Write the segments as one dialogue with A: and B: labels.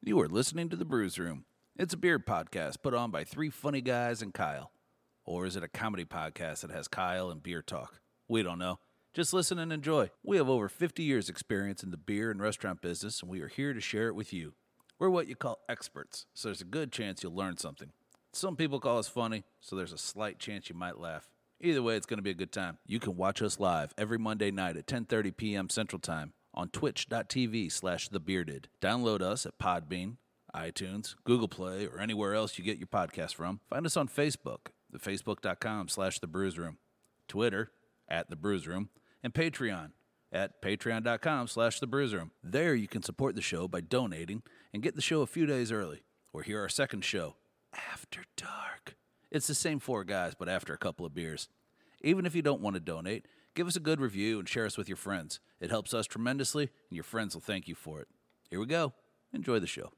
A: You are listening to The Brews Room. It's a beer podcast put on by three funny guys and Kyle. Or is it a comedy podcast that has Kyle and beer talk? We don't know. Just listen and enjoy. We have over 50 years' experience in the beer and restaurant business, and we are here to share it with you. We're what you call experts, so there's a good chance you'll learn something. Some people call us funny, so there's a slight chance you might laugh. Either way, it's going to be a good time. You can watch us live every Monday night at 10:30 p.m. Central Time on twitch.tv slash thebearded. Download us at Podbean, iTunes, Google Play, or anywhere else you get your podcast from. Find us on Facebook, the facebook.com slash the brews room, Twitter at the brews room, and Patreon at patreon.com slash the brews room. There you can support the show by donating and get the show a few days early, or hear our second show, After Dark. It's the same four guys, but after a couple of beers. Even if you don't want to donate, give us a good review and share us with your friends. It helps us tremendously, and your friends will thank you for it. Here we go. Enjoy the show.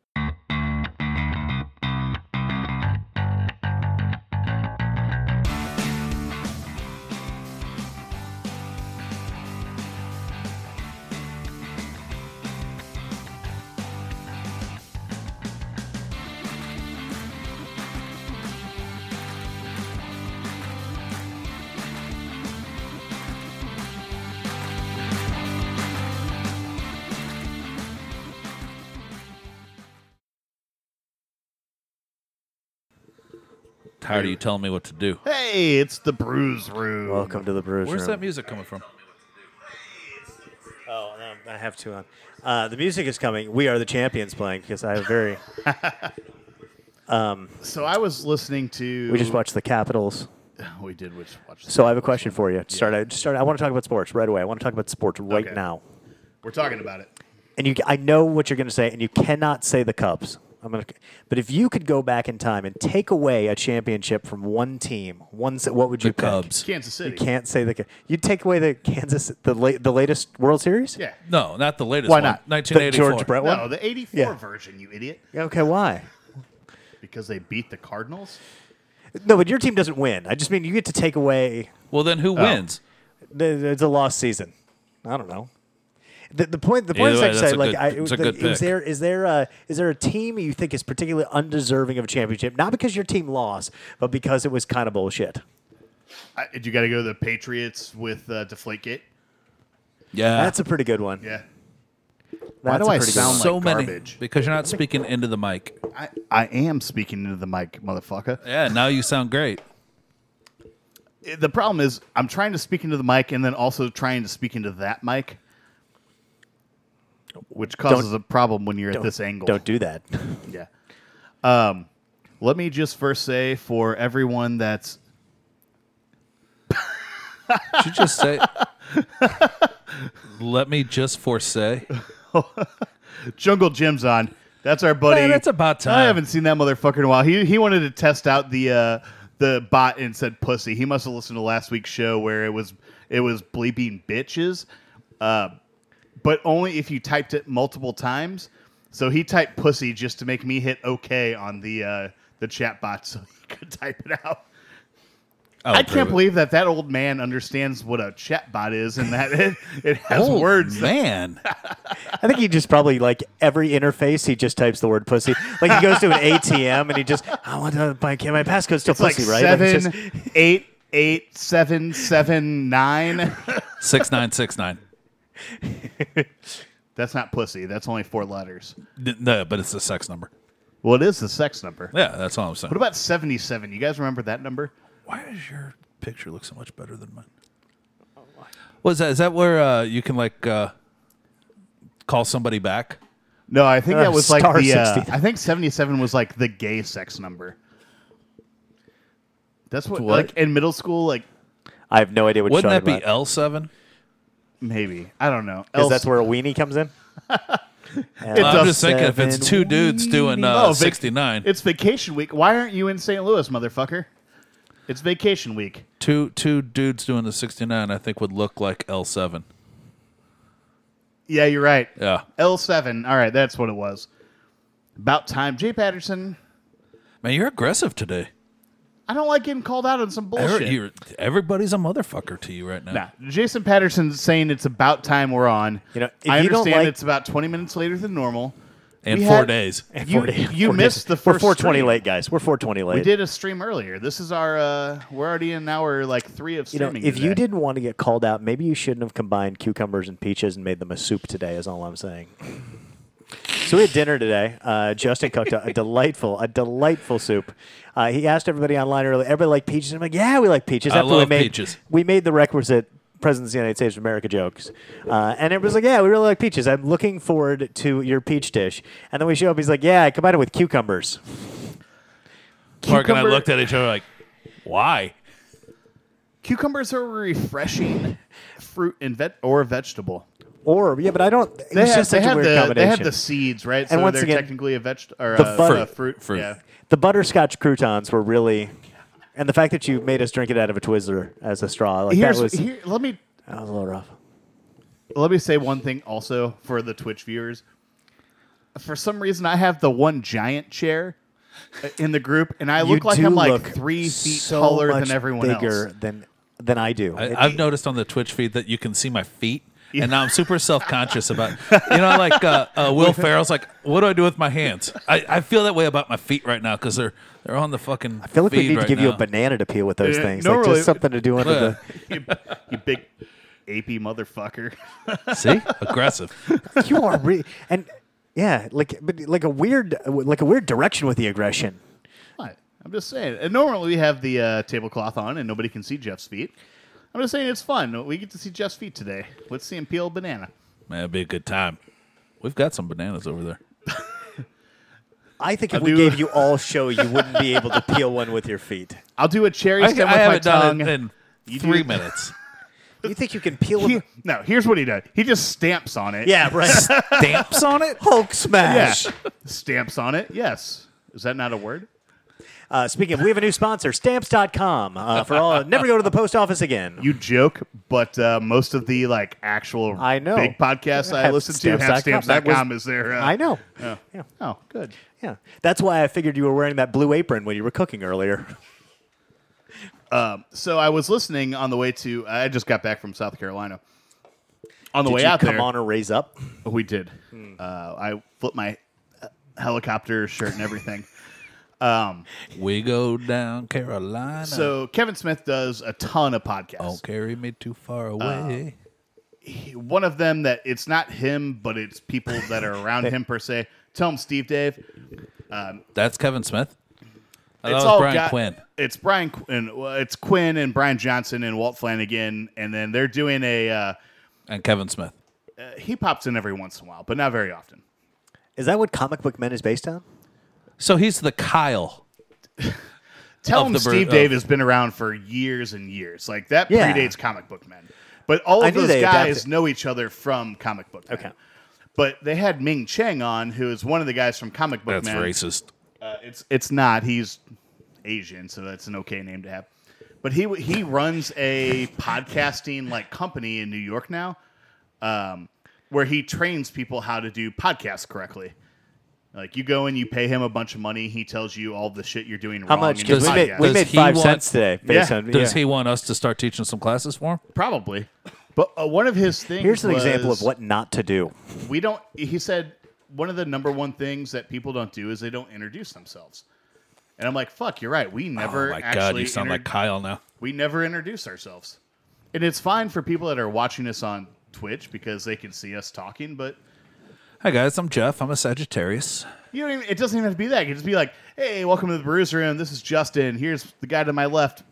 A: Tired of you telling me what to do.
B: Hey, it's the Bruise Room.
C: Welcome to the Brews
A: Where's
C: Room.
A: that music coming from?
C: Oh, no, I have two on. Uh, the music is coming. We are the champions playing because I have very.
B: So I was listening to.
C: We just watched the Capitals.
B: We did which watch.
C: So I have a question for you. Start out. Just start. I want to talk about sports right away. I want to talk about sports right
B: Okay.
C: now.
B: We're talking about it.
C: And you, I know what you're going to say, and you cannot say the Cubs. I'm gonna, but if you could go back in time and take away a championship from one team, one, se- what would you
A: The
C: pick?
A: Cubs.
B: Kansas
C: You
B: City.
C: can't say the. You'd take away the Kansas, the late, the latest World Series.
B: Yeah.
A: No, not the latest
B: Why
A: one.
B: not?
C: the
A: 1984.
C: George Brett one.
B: No, the '84
C: Yeah.
B: version. You idiot.
C: Okay, why?
B: Because they beat the Cardinals.
C: No, but your team doesn't win. I just mean you get to take away.
A: Well, then
B: Oh.
A: who wins?
C: th- It's a lost season. I don't know. The, the point. The point
A: Either way,
C: is
A: that's
C: actually
A: a
C: like,
A: good-
C: I,
A: it's a
C: the-
A: good pick.
C: is there is there a is there a team you think is particularly undeserving of a championship? Not because your team lost, but because it was kind of bullshit.
B: I, you got to go to the Patriots with uh, Deflategate.
A: Yeah.
C: That's a pretty good one.
B: Yeah.
C: That's
B: do
C: a
B: I
C: pretty good
B: sound
C: one.
A: so
B: like
A: many
B: garbage.
A: because you're not speaking into the mic.
B: I, I am speaking into the mic, motherfucker.
A: Yeah, now you sound great.
B: Eh, The problem is, I'm trying to speak into the mic and then also trying to speak into that mic, which causes a problem when you're at this angle.
C: Don't do that.
B: Yeah. Um, let me just first say for everyone that's
A: Did you just say? Let me just foresay.
B: Jungle Jim's on. That's our buddy.
A: Man, that's about time.
B: I haven't seen that motherfucker in a while. He he wanted to test out the uh, the bot and said pussy. He must have listened to last week's show where it was it was bleeping bitches, uh, but only if you typed it multiple times. So he typed pussy just to make me hit okay on the uh, the chat bot so he could type it out.
A: I'll
C: Oh,
B: I
A: approve
B: can't
A: it.
B: believe that that old man understands what a chat bot is and that it, it has
C: Oh,
A: Old
B: words. that-
A: Oh, man.
C: I think he just probably like every interface he just types the word pussy. Like he goes to an ATM and he just I want to my my passcode's still
B: It's like
C: pussy right. Like, it's just-
B: seven, eight, eight, seven, seven, nine.
A: Six nine six nine.
B: That's not pussy. That's only four letters.
A: N- No, but it's the sex number.
B: Well, it is the sex number. What
A: Yeah, that's all I'm saying.
B: about 77? You guys remember that number?
A: Why does your picture look so much better than mine? What is that? Is that where uh, you can like uh, call somebody back?
B: No, I think
C: Uh,
B: that was like
C: star
B: the. Uh,
C: 60.
B: I think 77 was like the gay sex number. That's what,
A: What?
B: like in middle school, like
C: I have no idea what
A: Wouldn't
C: you're
A: that
C: talking
A: be L seven?
B: maybe I don't know.
C: Because
B: Else-
C: that's where a weenie comes in.
B: Well,
A: I'm
B: Duff
A: just thinking if it's two dudes doing uh,
B: Oh, vac-
A: sixty nine,
B: It's vacation week. Why aren't you in St. Louis, motherfucker? It's vacation week.
A: two two dudes doing the sixty nine, I think would look like L seven.
B: Yeah, you're right.
A: Yeah.
B: L7. All right, that's what it was. About time. Jay Patterson,
A: Man, you're aggressive today.
B: I don't like getting called out on some bullshit.
A: Every- you're- everybody's a motherfucker to you right now.
B: Nah, Jason Patterson's saying it's about time we're on.
C: You know, if
B: I
C: you don't
B: understand
C: like-
B: it's about 20 minutes later than normal.
A: and
B: We
A: four
B: had-
A: days.
B: You- you missed the
C: We're
B: first
C: 420
B: stream.
C: late, guys. We're 420 late.
B: We did a stream earlier. This is our uh we're already in hour like three of
C: You know,
B: streaming.
C: if you
B: today.
C: didn't want to get called out, maybe you shouldn't have combined cucumbers and peaches and made them a soup today. Is all I'm saying. So we had dinner today. Uh, Justin cooked a, a delightful, a delightful soup. Uh, he asked everybody online earlier, "Everybody like peaches?" And I'm like, "Yeah, we like peaches."
A: I
C: we
A: love
C: made,
A: peaches.
C: We made the requisite President of the United States of America jokes, uh, and it was like, "Yeah, we really like peaches." I'm looking forward to your peach dish. And then we show up. He's like, "Yeah, I combined it with cucumbers."
A: Mark and I
B: Cucumber-
A: looked at each other like, why?
B: cucumbers are a refreshing fruit and vet or vegetable.
C: Or yeah, but I don't.
B: They
C: it's
B: have,
C: just
B: they
C: such a
B: have
C: weird
B: the they
C: combination.
B: have the seeds, right? so
C: once
B: they're
C: again,
B: technically a vegetable or
C: the
B: a,
C: fruit.
B: a fruit.
A: Fruit.
B: Yeah.
C: The butterscotch croutons were really, and the fact that you made us drink it out of a Twizzler as a straw, like
B: Here's
C: that was
B: here, let me
C: that was a little rough.
B: let me say one thing also for the Twitch viewers. For some reason, I have the one giant chair uh, in the group, and I
C: you
B: look like
C: do
B: I'm like
C: look
B: three feet
C: so
B: taller
C: much
B: than everyone
C: bigger
B: else.
C: Than than I do. It-
A: I, I've noticed on the Twitch feed that you can see my feet, and now I'm super self conscious about. You know, like uh, uh, Will Ferrell's like, "What do I do with my hands?" I, I feel that way about my feet right now because they're they're on the fucking.
C: I feel like we
A: feed
C: need to
A: right
C: give you a
A: now.
C: banana to peel with those
B: Yeah,
C: things,
B: no,
C: like
B: really.
C: just something to do under
B: you, you big apey motherfucker.
A: See, aggressive.
C: the. You are re- and yeah, like but like a weird like a weird direction with the aggression.
B: What? I'm just saying. And normally we have the uh, tablecloth on, and nobody can see Jeff's feet. I'm just saying it's fun. We get to see Jeff's feet today. Let's see him peel a banana.
A: Man, it'd be a good time. We've got some bananas over there.
C: I think if
B: I
C: we
B: do-
C: gave you all show, you wouldn't be able to peel one with your feet.
B: I'll do a cherry
A: I,
B: stem
A: I
B: with my
A: haven't
B: tongue.
A: done it in
B: You
A: three
B: do-
A: minutes.
C: You think you can peel?
B: He-
C: With,
B: no, here's what he does. He just stamps on it.
C: yeah, right.
A: Stamps on it.
C: Hulk smash.
B: Yeah. stamps on it. Yes. Is that not a word?
C: Uh, speaking of, we have a new sponsor, stamps.com. Uh, for all, never go to the post office again.
B: You joke, but uh, most of the like actual
C: I know.
B: big podcasts I
C: Have
B: listen to have
C: stamps dot com. That
B: stamps.com
C: was-
B: is there. Uh,
C: I know.
B: Oh.
C: Yeah.
B: Oh, good.
C: Yeah. That's why I figured you were wearing that blue apron when you were cooking earlier.
B: So I was listening on the way to. I just got back from South Carolina. On the
C: Did
B: way
C: you
B: out
C: come
B: there,
C: on or raise up?
B: We did. Uh, I flipped my uh, helicopter shirt and everything.
A: We go down Carolina.
B: so Kevin Smith does a ton of podcasts.
C: Oh,
A: don't carry me too far away.
B: One of them that it's not him, but it's people that are around him per se. Tell him Steve Dave.
A: That's Kevin Smith. I thought
B: it's
A: it was
B: all
A: Brian
B: got-
A: Quinn.
B: It's Brian Quinn. well, It's Quinn and Brian Johnson and Walt Flanagan, and then they're doing a. Uh,
A: and Kevin Smith.
B: he pops in every once in a while, but not very often.
C: Is that what Comic Book Men is based on?
A: So he's the Kyle.
B: Tell
A: Of
B: him
A: the
B: Steve
A: Bur-
B: Dave
A: of-
B: has been around for years and years. Like that
C: Yeah.
B: predates comic book men. But all of
C: I knew
B: those
C: they
B: guys
C: adapted-
B: know each other from comic book. Men.
C: Okay.
B: But they had Ming Cheng on, who is one of the guys from comic book
A: That's
B: men.
A: racist.
B: Uh, it's it's not. He's Asian, so that's an okay name to have. But he he runs a podcasting like company in New York now, um, where he trains people how to do podcasts correctly. Like you go and you pay him a bunch of money. He tells you all the shit you're doing
C: How
B: wrong.
C: much?
B: in your
C: Because we made,
B: podcast.
C: we
A: Does
C: made
A: he
C: five
A: want-
C: cents today. Based
B: Yeah.
C: on,
A: Does
C: yeah.
A: he want us to start teaching some classes for him?
B: Probably. But uh, one of his things.
C: Here's an example
B: was,
C: of what not to do.
B: we don't. He said one of the number one things that people don't do is they don't introduce themselves. And I'm like, fuck, you're right. We never.
A: oh my
B: actually
A: god, you sound
B: inter-
A: like Kyle now.
B: we never introduce ourselves, and it's fine for people that are watching us on Twitch because they can see us talking. But
A: Hi guys, I'm Jeff. I'm a Sagittarius.
B: you don't even, it doesn't even have to be that. It can just be like, hey, welcome to the Brews Room. This is Justin. Here's the guy to my left,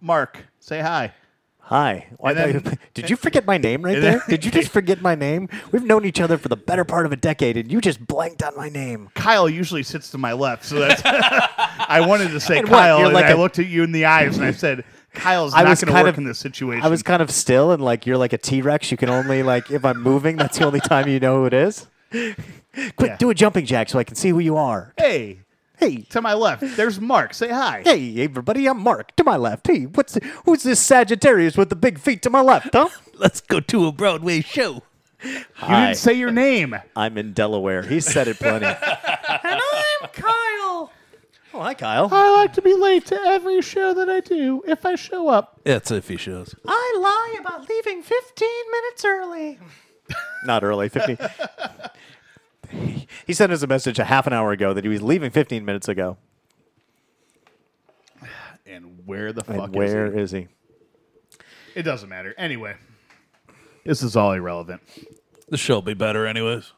B: Mark. Say hi.
C: Hi. Why
B: And
C: did
B: then-
C: I- did you forget my name right
B: and then-
C: there? Did you just forget my name? We've known each other for the better part of a decade, and you just blanked on my name.
B: Kyle usually sits to my left, so that's. I wanted to say
C: And what,
B: Kyle,
C: you're
B: and
C: like
B: I
C: a-
B: looked at you in the eyes and I said, "Kyle's
C: I
B: not
C: was
B: going to
C: kind
B: work
C: of-
B: in this situation."
C: I was kind of still, and like you're like a T Rex. You can only like if I'm moving, that's the only time you know who it is. Quick,
B: Yeah.
C: do a jumping jack so I can see who you are.
B: hey,
C: Hey,
B: to my left, there's Mark. Say hi.
C: hey, everybody! I'm Mark to my left. Hey, what's who's this Sagittarius with the big feet to my left? Huh?
A: Let's go to a Broadway show.
B: you didn't say your name.
C: I'm in Delaware. He said it plenty. and I'm Kyle. Oh, hi, Kyle.
B: I like to be late to every show that I do. If I show up,
A: That's if he shows.
C: I lie about leaving 15 minutes early. Not early, 15. He sent us a message a half an hour ago that he was leaving 15 minutes ago.
B: And where the fuck
C: And where
B: is
C: is he?
B: he? It doesn't matter. Anyway, this is all irrelevant.
A: The show'll be better anyways.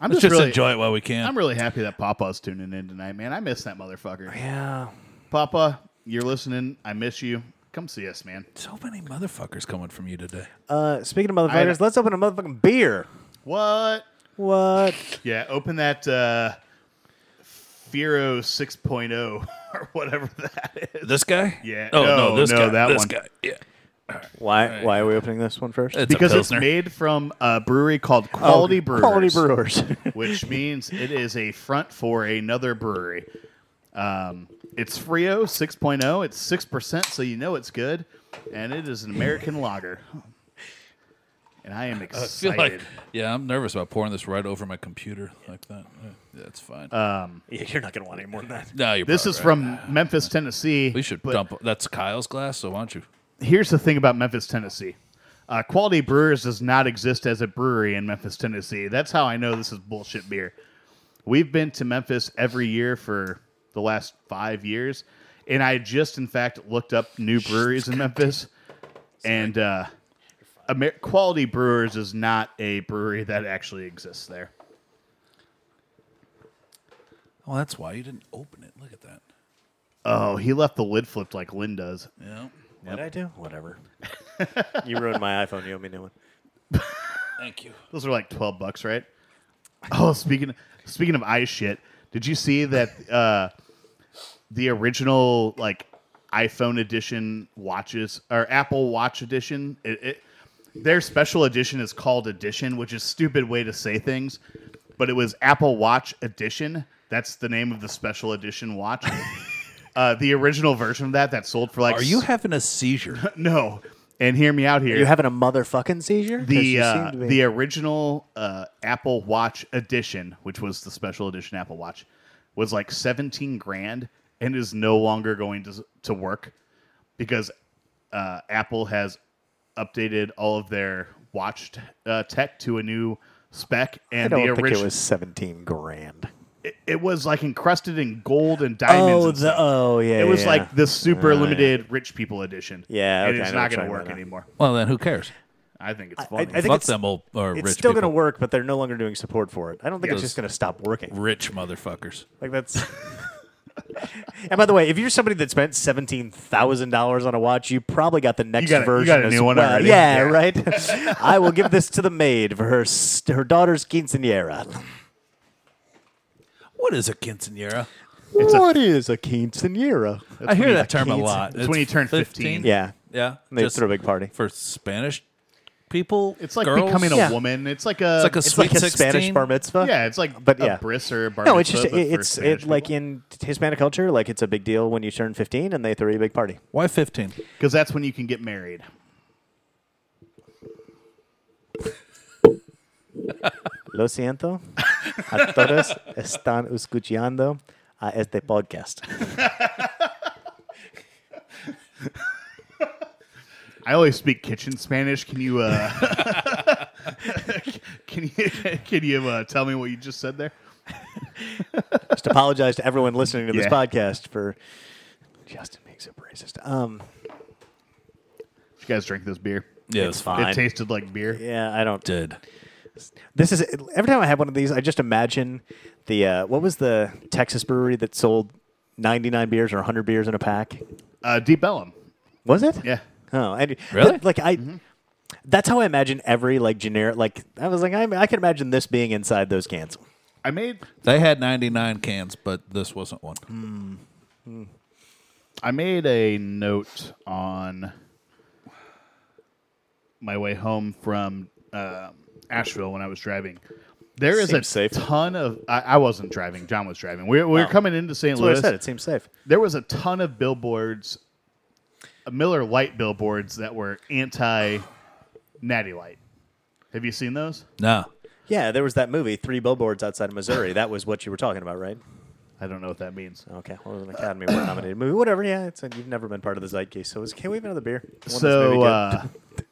B: I'm
A: Let's
B: just,
A: just
B: really,
A: enjoy it while we can.
B: I'm really happy that Papa's tuning in tonight, man. I miss that motherfucker.
C: Yeah.
B: Papa, you're listening. I miss you. Come see us, man.
A: so many motherfuckers coming from you today.
C: Uh, speaking of motherfuckers, let's open a motherfucking beer.
B: What?
C: What?
B: Yeah, open that uh Firo 6.0 or whatever that is.
A: This guy?
B: Yeah.
A: Oh no,
B: No,
A: this
B: no,
A: guy.
B: that
A: this
B: one.
A: guy. Yeah.
C: Why? Why are we opening this one first?
A: It's
B: Because
A: a
B: it's
A: Pilsner.
B: made from a brewery called Quality Brewers.
C: Oh, Quality brewers.
B: which means it is a front for another brewery. Um, it's Frio 6.0. It's 6%, so you know it's good. And it is an American lager. And I am
A: I feel
B: excited.
A: like, yeah, I'm nervous about pouring this right over my computer like that. Yeah, that's fine. Uh,
C: yeah, you're not gonna want any more than that.
A: no, you're
B: this
A: probably
B: is
A: right.
B: from Memphis, Tennessee.
A: We should
B: but
A: dump. That's Kyle's glass, so why don't you?
B: Here's the thing about Memphis, Tennessee. Uh, Quality Brewers does not exist as a brewery in Memphis, Tennessee. That's how I know this is bullshit beer. We've been to Memphis every year for the last five years, and I just, in fact, looked up new breweries in Memphis, and uh, Amer- Quality Brewers is not a brewery that actually exists there.
A: Oh, that's why you didn't open it. Look at that.
B: Oh, he left the lid flipped like Lynn does.
A: Yeah.
C: What did I do? Whatever. you ruined my iPhone. You owe me a new one.
A: Thank you.
B: Those are like twelve bucks, right? Oh, speaking speaking of eye shit, did you see that uh, the original like iPhone edition watches or Apple Watch edition? It, it, their special edition is called edition, which is stupid way to say things, but it was Apple Watch edition. That's the name of the special edition watch. uh, the original version of that that sold for like
A: Are you
B: s-
A: having a seizure?
B: no? And hear me out here
C: Are you having a motherfucking seizure? 'Cause
B: the
C: you
B: uh,
C: seem to be-
B: the original uh, Apple Watch edition, which was the special edition Apple Watch, was like seventeen grand and is no longer going to to work because uh, Apple has updated all of their watch t- uh, tech to a new spec,
C: I
B: and
C: don't
B: the
C: think
B: original
C: it was 17 grand.
B: it, it was like encrusted in gold and diamonds. and stuff.
C: oh yeah.
B: it was
C: yeah, yeah.
B: like the super limited rich people edition.
C: Yeah,
B: and
C: okay, I
B: it's
C: know
B: not
C: what
B: going to
C: you're
B: work
C: talking about now.
B: anymore.
A: well, then who cares?
B: I think it's
C: I
B: funny.
C: think
A: Fuck
C: it's-
A: them old or rich
C: It's still
A: people.
C: going to work, but they're no longer doing support for it. I don't think it's
A: Yes.
C: just going to stop working.
A: Rich motherfuckers.
C: Like that's. and by the way, if you're somebody that spent seventeen thousand dollars on a watch, you probably got the next
B: got a- you
C: version.
B: got a
C: as
B: new one
C: well.
B: already.
C: Yeah,
B: Yeah.
C: right. I will give this to the maid for her s- her daughter's quinceanera.
A: What is a quinceanera?
C: What is a quinceanera?
A: I hear
B: when
A: that
B: you-
A: term a lot.
B: It's when you turn 15.
C: Yeah,
A: Yeah.
C: and they
A: just
C: throw a big party.
A: for Spanish people.
B: It's like
A: girls?
B: becoming a
C: Yeah.
B: woman. It's like
A: It's like a
C: It's
A: sweet
C: like a
A: 16.
C: Spanish bar mitzvah.
B: Yeah, it's like
C: But
B: a
C: yeah.
B: bris or a bar
C: No, it's just
B: mitzvah,
C: it,
B: but for
C: it's
B: Spanish
C: it, like
B: people.
C: in Hispanic culture, like it's a big deal when you turn 15 and they throw you a big party.
A: Why 15?
B: because that's when you can get married.
C: Lo siento, a todos están escuchando a este podcast.
B: I always speak kitchen Spanish. Can you uh, can you can you uh, tell me what you just said there?
C: Just apologize to everyone listening to this
B: Yeah.
C: podcast for Justin being super racist. Um,
B: Did you guys drink this beer?
A: Yeah,
C: It's
A: it's
C: fine.
A: fine.
B: It tasted like beer.
C: yeah, I don't.
A: Did.
C: This is every time I have one of these, I just imagine the uh, what was the Texas brewery that sold 99 beers or 100 beers in a pack?
B: Uh, Deep Ellum.
C: Was it?
B: Yeah.
C: Oh, I did-
A: Really?
C: but, like I. That's how I imagine every like generic. Like I was like I, I can imagine this being inside those cans.
B: I made
A: They had 99 cans, but this wasn't one.
B: I made a note on my way home from uh, Asheville when I was driving. There is
C: Seems
B: a
C: safe.
B: ton of. I, I wasn't driving. John was driving. We, we were
C: Oh.
B: coming into St.
C: That's what
B: Louis.
C: I said. It seems safe.
B: there was a ton of billboards, uh, Miller Light billboards that were anti Natty Light. Have you seen those?
A: No.
C: Yeah, there was that movie, Three Billboards Outside of Missouri. that was what you were talking about, right?
B: I don't know what that means.
C: Okay, well, it was an Academy Award nominated movie. Whatever, yeah. It's you've
B: uh,
C: never been part of the zeitgeist, so it's, can we have another beer? The one this movie
B: so
C: did.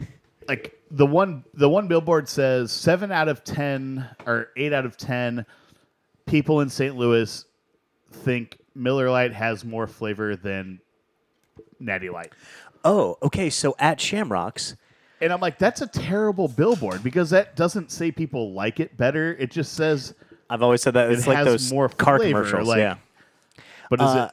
B: uh, like the one the one billboard says seven out of ten or eight out of ten people in St. Louis think Miller Lite has more flavor than Natty Light.
C: Oh, okay. So at Shamrocks,
B: And I'm like, that's a terrible billboard because that doesn't say people like it better. It just says,
C: I've always said that
B: It
C: it's like
B: has
C: those
B: more
C: car
B: flavor,
C: commercials.
B: like-
C: yeah.
B: but is
C: Uh,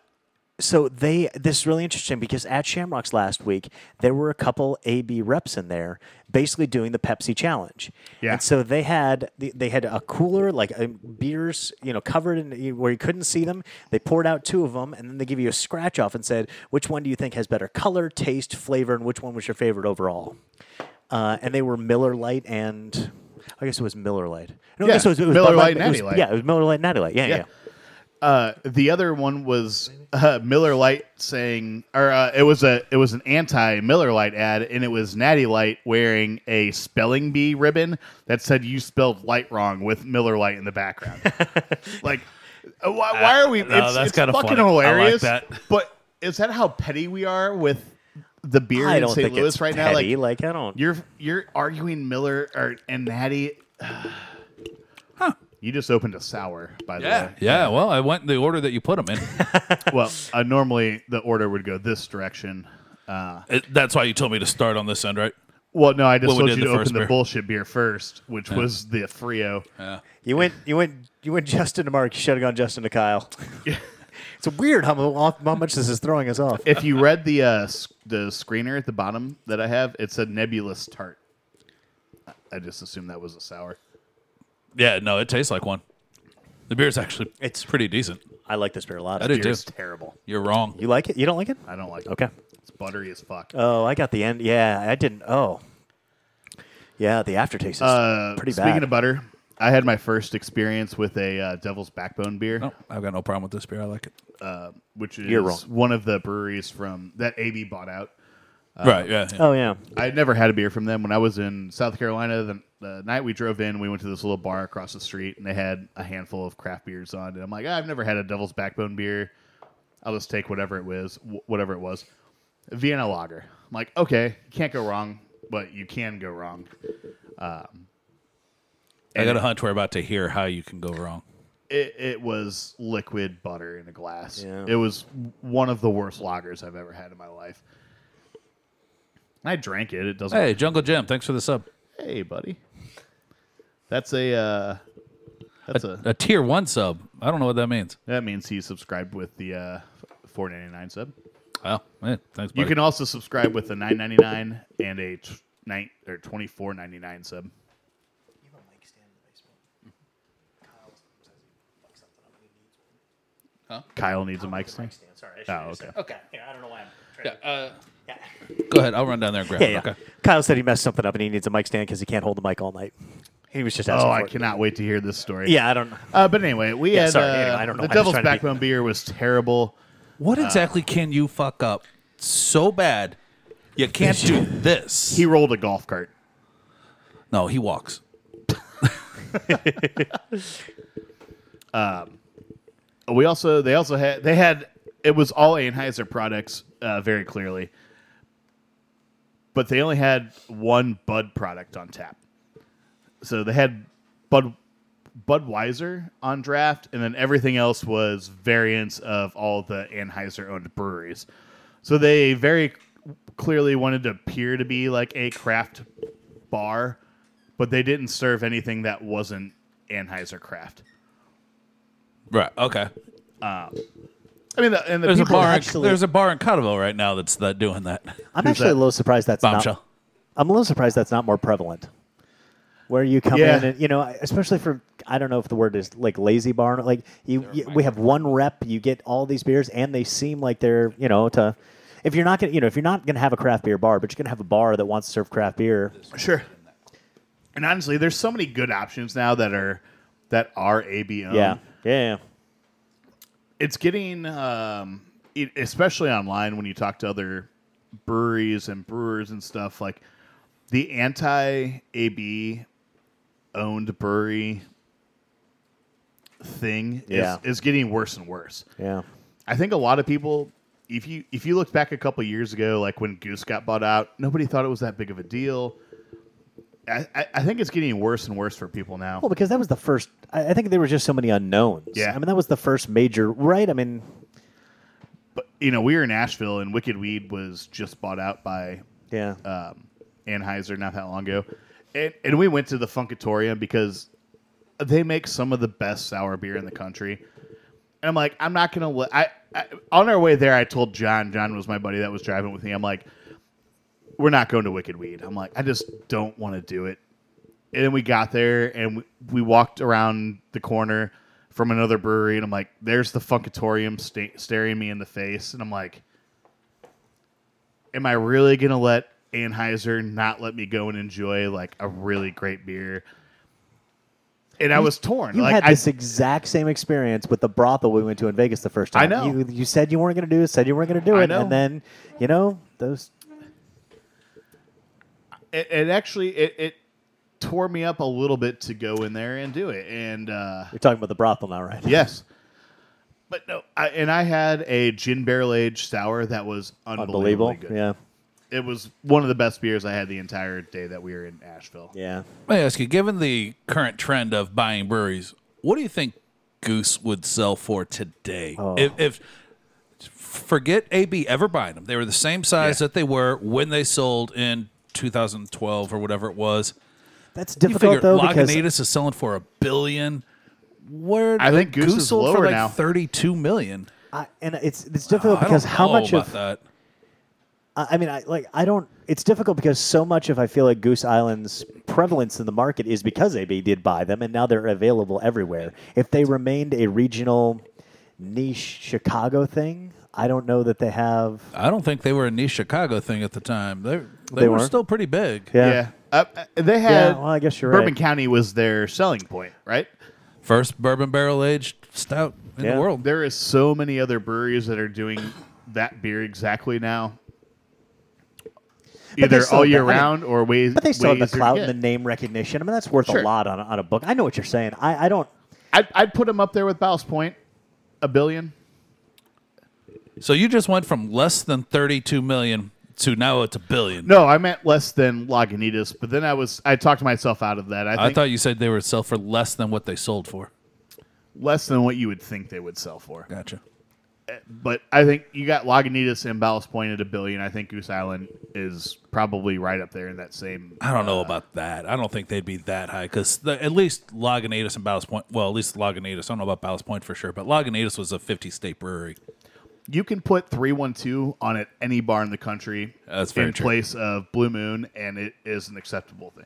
C: So they this is really interesting because at Shamrocks last week there were a couple AB reps in there basically doing the Pepsi challenge.
B: Yeah.
C: And so they had they- they had a cooler like um, beers you know covered in where you couldn't see them. They poured out two of them and then they give you a scratch off and said which one do you think has better color, taste, flavor, and which one was your favorite overall. Uh, and they were Miller Lite and I guess it was Miller Lite. No, I
B: Yeah,
C: guess it was, it was
B: Miller
C: Bud
B: Lite
C: It
B: and Natty
C: was-
B: Light.
C: Yeah, it was Miller Lite, and Natty Light. Yeah, yeah.
B: Yeah. it uh, the other one was uh, Miller Lite saying, or uh, it was a it was an anti Miller Lite ad, and it was Natty Light wearing a spelling bee ribbon that said "You spelled light wrong" with Miller Light in the background. like, uh, why, why are we? it's
A: that's
B: it's
A: kinda
B: fucking
A: funny. I like
B: hilarious.
A: that.
B: But is that how petty we are with the beer
C: I
B: in
C: don't
B: St.
C: think
B: Louis
C: it's
B: right now?
C: petty.
B: Like,
C: Like, I don't.
B: You're you're arguing Miller or and Natty. You just opened a sour, by the
A: Yeah,
B: way.
A: yeah. Well, I went the order that you put them in.
B: Well, uh, normally the order would go this direction. Uh,
A: It- that's why you told me to start on this end, right?
B: Well, no, I just
A: Well, we
B: told
A: did
B: you to
A: the
B: open
A: first
B: the
A: beer.
B: bullshit beer first, which was the Frio.
C: You went, you went, you went Justin to Mark. You should have gone Justin to Kyle. it's weird how, mu- off- how much this is throwing us off.
B: If you read the uh, s- the screener at the bottom that I have, it said nebulous tart. I- I just assumed that was a sour.
A: Yeah. No, it tastes like one. The beer's actually
C: It's-
A: it's pretty decent.
C: I like this beer a lot.
A: I do
B: Beer
A: too.
B: is terrible.
A: You're wrong.
C: You like it? You don't like it?
B: I don't like it.
C: Okay.
B: It's buttery as fuck.
C: Oh, I got the end. Yeah, I didn't. Oh, yeah, the aftertaste is
B: Uh,
C: pretty
B: speaking
C: bad.
B: of butter, I had my first experience with a uh, Devil's Backbone beer,
A: No, I've got no problem with this beer. I like it.
B: which is
C: You're wrong.
B: one of the breweries from that AB bought out.
A: right. Yeah. yeah.
C: oh yeah,
B: I had never had a beer from them when I was in South Carolina. The, the night we drove in, we went to this little bar across the street, and they had a handful of craft beers on. And I'm like, "Ah, I've never had a Devil's Backbone beer. I'll just take whatever it was, wh- whatever it was. Vienna Lager. I'm like, okay, can't go wrong, but you can go wrong. Um,
A: I got a hunch we're about to hear how you can go wrong.
B: It, it was liquid butter in a glass.
C: Yeah.
B: It was one of the worst lagers I've ever had in my life. I drank it. It doesn't
A: Hey, Jungle Jim, thanks for the sub.
B: Hey, buddy. That's a uh, that's a,
A: A tier one sub. I don't know what that means.
B: that means he's subscribed with the uh, four ninety nine sub.
A: Well, man, thanks.
B: You
A: buddy.
B: can also subscribe with a nine ninety nine and a t- nine or twenty four ninety nine sub. Kyle needs a mic stand. Oh, okay.
C: Okay. Yeah, I don't know why I'm. Trying
A: Go ahead. I'll run down there and grab
C: yeah,
A: it.
C: yeah.
A: Okay.
C: Kyle said he messed something up and he needs a mic stand because he can't hold the mic all night. He was just asking.
B: Oh, I
C: for it.
B: cannot wait to hear this story.
C: Yeah, I don't.
B: Uh, but anyway, we
C: Yeah,
B: had
C: sorry,
B: uh,
C: anyway, I don't
B: the
C: know. I'm just
B: Devil's
C: trying to be-
B: Backbone beer was terrible.
A: What
C: Uh,
A: exactly can you fuck up so bad you can't do this?
B: He rolled a golf cart.
A: no, he walks.
B: We also they also had they had it was all Anheuser products uh, very clearly, but they only had one Bud product on tap. So they had Bud Budweiser on draft, and then everything else was variants of all the Anheuser owned breweries. So they very clearly wanted to appear to be like a craft bar, but they didn't serve anything that wasn't Anheuser craft.
A: Right. Okay.
B: I mean, the, and the
A: There's a
B: people
A: bar. In,
C: actually-
A: there's a bar in Cotterville right now that's that doing that.
C: I'm actually
B: that?
C: a little surprised that's not.
A: Bombshell.
C: I'm a little surprised that's not more prevalent. Where you come
B: Yeah.
C: in and you know, especially for I don't know if the word is like lazy barn. Like you, you we have one rep, you get all these beers, and they seem like they're you know to. If you're not gonna, you know, if you're not gonna have a craft beer bar, but you're gonna have a bar that wants to serve craft beer,
B: Sure. And honestly, there's so many good options now that are that are AB owned.
C: yeah, yeah, yeah.
B: It's getting um it, especially online when you talk to other breweries and brewers and stuff like the anti AB owned brewery thing
C: Yeah.
B: is, is getting worse and worse.
C: yeah.
B: I think a lot of people, if you if you look back a couple years ago, like when Goose got bought out, nobody thought it was that big of a deal. I, I- I think it's getting worse and worse for people now.
C: Well, because that was the first. I, I think there were just so many unknowns.
B: Yeah.
C: I mean, that was the first major, right? I mean,
B: But you know, we were in Asheville, and Wicked Weed was just bought out by
C: yeah.
B: um, Anheuser not that long ago, and, and we went to the Funkatorium because they make some of the best sour beer in the country. And I'm like, I'm not gonna. Li- I, I on our way there, I told John. John was my buddy that was driving with me. I'm like, we're not going to Wicked Weed. I'm like, I just don't want to do it. And then we got there and we, we walked around the corner from another brewery, and I'm like, there's the Funkatorium sta- staring me in the face, and I'm like am I really gonna let Anheuser not let me go and enjoy like a really great beer? And I was torn.
C: you
B: like
C: had
B: I,
C: this exact same experience with the brothel we went to in Vegas the first time.
B: I know.
C: You, you said you weren't going to do it. Said you weren't going to do
B: I
C: it,
B: know.
C: and then you know those.
B: it, it actually it, it tore me up a little bit to go in there and do it. And uh,
C: You're talking about the brothel now, right?
B: yes, but no. I, and I had a gin barrel aged sour that was unbelievably
C: Unbelievable.
B: good.
C: Yeah.
B: It was one of the best beers I had the entire day that we were in Asheville.
C: Yeah.
A: May I ask you, given the current trend of buying breweries, what do you think Goose would sell for today?
C: Oh.
A: If, if forget AB ever buying them, they were the same size that they were when they sold in 2012 or whatever it was.
C: That's
A: You
C: difficult
A: figure
C: though because
A: Lagunitas is selling for a billion. Where
B: I think Goose is
A: sold for
B: lower
A: like
B: now.
A: 32 million.
C: I, and it's it's
B: Oh,
C: difficult
A: I
C: because
A: don't
C: how
A: know
C: much
A: about
C: of
A: that?
C: I I mean, I like I don't. It's difficult because so much of I feel like Goose Island's prevalence in the market is because AB did buy them, and now they're available everywhere. If they remained a regional niche Chicago thing, I don't know that they have.
A: I don't think they were a niche Chicago thing at the time. They they,
C: They
A: were
C: weren't?
A: still pretty big.
C: Yeah.
B: Yeah, Uh, uh, they had.
C: well, I guess you're
B: Bourbon
C: right.
B: County was their selling point, right?
A: First bourbon barrel aged stout in
C: Yeah.
A: the world.
B: There is so many other breweries that are doing that beer exactly now.
C: they
B: Either
C: still
B: all
C: have
B: year
C: the- I mean,
B: round or ways.
C: But they still have
B: ways
C: the
B: to
C: clout
B: get.
C: and the name recognition. I mean, that's worth
B: Sure.
C: a lot on, a- on a book. I know what you're saying. I, I don't.
B: I'd, I'd put them up there with Ballast Point, a billion.
A: So you just went from less than 32 million to now it's a billion.
B: No, I meant less than Lagunitas, but then I was I talked myself out of that. I,
A: I
B: think
A: thought you said they would sell for less than what they sold for.
B: less than what you would think they would sell for.
A: Gotcha.
B: But I think you got Lagunitas and Ballast Point at a billion. I think Goose Island is probably right up there in that same.
A: I don't know about that. I don't think they'd be that high because at least Lagunitas and Ballast Point. Well, at least Lagunitas. I don't know about Ballast Point for sure, but Lagunitas was a 50 state brewery.
B: You can put three one two on at any bar in the country
A: That's very
B: in
A: true.
B: place of Blue Moon, and it is an acceptable thing.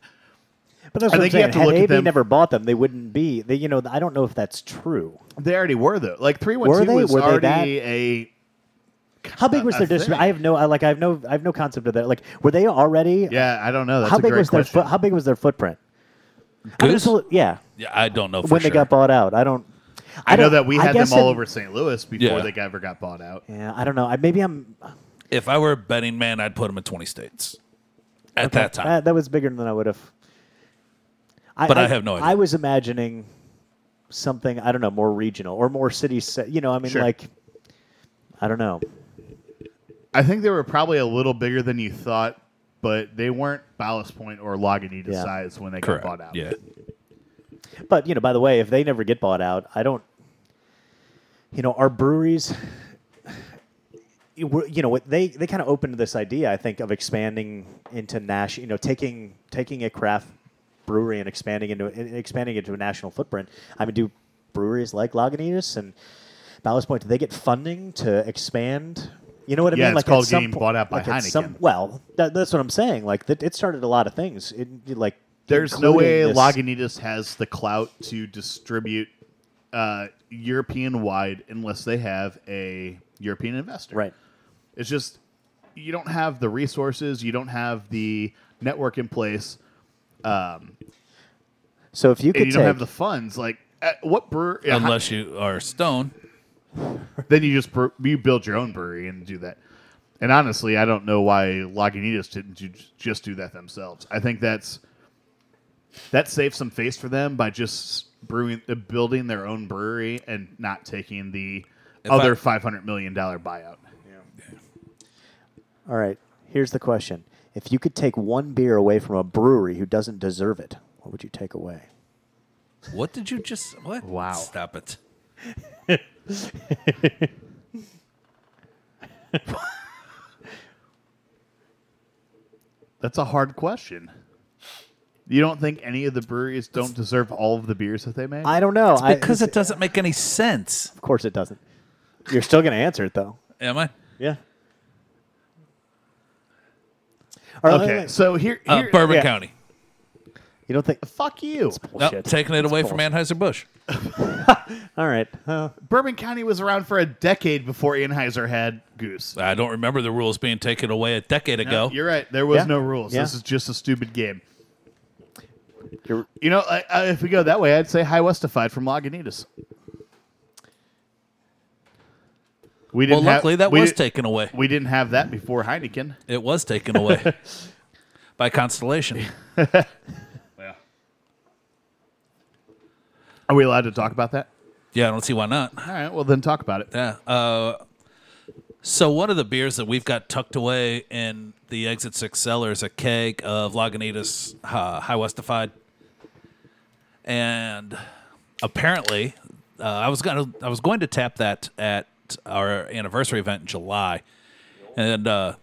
C: But that's
B: I
C: what
B: think you
C: I'm saying.
B: have to
C: Had
B: look at
C: AB
B: them-
C: never bought them, they wouldn't be. They, you know, I don't know if that's true.
B: They already were though. Like three one
C: Were
B: two
C: they?
B: was
C: Were they
B: already a
C: How big was
B: a
C: their distribution?
B: thing.
C: I have no. I like. I have no. I have no concept of that. Like, were they already?
B: yeah. I don't know. That's
C: how
B: a
C: big
B: great
C: was
B: question.
C: their foot? How big was their footprint? I mean,
A: Goose?
C: it's a li- yeah.
A: Yeah, I don't know for
C: when
A: sure.
C: they got bought out, I don't.
B: I, know
C: don't-
B: that we
C: I
B: had them
C: guess
B: all
C: it-
B: over St. Louis before
A: Yeah.
B: they ever got bought out.
C: Yeah, I don't know. I, maybe I'm.
A: if I were a betting man, I'd put them in 20 states at that time.
C: That, that was bigger than I would have.
A: But I have no idea.
C: I was imagining something I don't know more regional or more city. se- You know, I mean,
B: Sure.
C: like I don't know.
B: I think they were probably a little bigger than you thought, but they weren't Ballast Point or Lagunitas
C: Yeah.
B: size when they
A: Correct.
B: got bought out.
A: Yeah.
C: But you know, by the way, if they never get bought out, I don't. You know, our breweries. You were- you know, what they they kind of opened this idea, I think, of expanding into national. You know, taking taking a craft brewery and expanding into and expanding into a national footprint. I mean, do breweries like Lagunitas and Ballast Point do they get funding to expand? You know what I
B: Yeah,
C: mean?
B: it's
C: like at
B: called
C: some
B: getting
C: po-
B: bought out by
C: like at some-
B: Heineken.
C: well, that, that's what I'm saying. Like that, it started a lot of things. It, like
B: There's no way
C: including this-
B: Lagunitas has the clout to distribute uh, European wide unless they have a European investor.
C: right.
B: It's just you don't have the resources, you don't have the network in place,
C: So if you could
B: and you
C: take,
B: don't have the funds. Like at what brewer? yeah, how-
A: Unless you are Stone.
B: then you just bre- you build your own brewery and do that. And honestly, I don't know why Lagunitas didn't ju- just do that themselves. I think that's that saves some face for them by just brewing, uh, building their own brewery and not taking the other
A: I-
B: five hundred million dollar buyout.
C: All right. Here's the question: If you could take one beer away from a brewery who doesn't deserve it, what would you take away?
A: What did you just? What?
D: Wow.
A: Stop it.
B: That's a hard question. You don't think any of the breweries don't deserve all of the beers that they make?
C: I don't know. I-
A: Because it doesn't make any sense.
C: of course it doesn't. You're still going to answer it though.
A: Am I?
C: Yeah. All right, wait,
B: okay,
C: wait.
B: so here,
A: Uh,
B: here
A: Bourbon
C: yeah.
A: County.
C: you don't think
B: fuck you.
A: No,
C: bullshit?
A: taking it
C: It's
A: away from
C: bullshit.
A: Anheuser Busch.
C: All right. Uh,
B: Bourbon County was around for a decade before Anheuser had Goose.
A: I don't remember the rules being taken away a decade ago.
B: You're right. There was
C: Yeah.
B: no rules.
C: Yeah.
B: This is just a stupid game.
C: You're-
B: You know, I, I, if we go that way, I'd say High Westified from Lagunitas. We
A: well,
B: didn't have-
A: luckily that
B: we
A: was
B: di-
A: taken away.
B: We didn't have that before Heineken.
A: It was taken away by Constellation.
B: Are we allowed to talk about that?
A: Yeah, I don't see why not.
B: All right. Well, then talk about it.
A: Yeah. Uh, so one of the beers that we've got tucked away in the Exit Six cellar is a keg of Lagunitas uh, High Westified, and apparently, uh, I was gonna I was going to tap that at our anniversary event in July, and uh,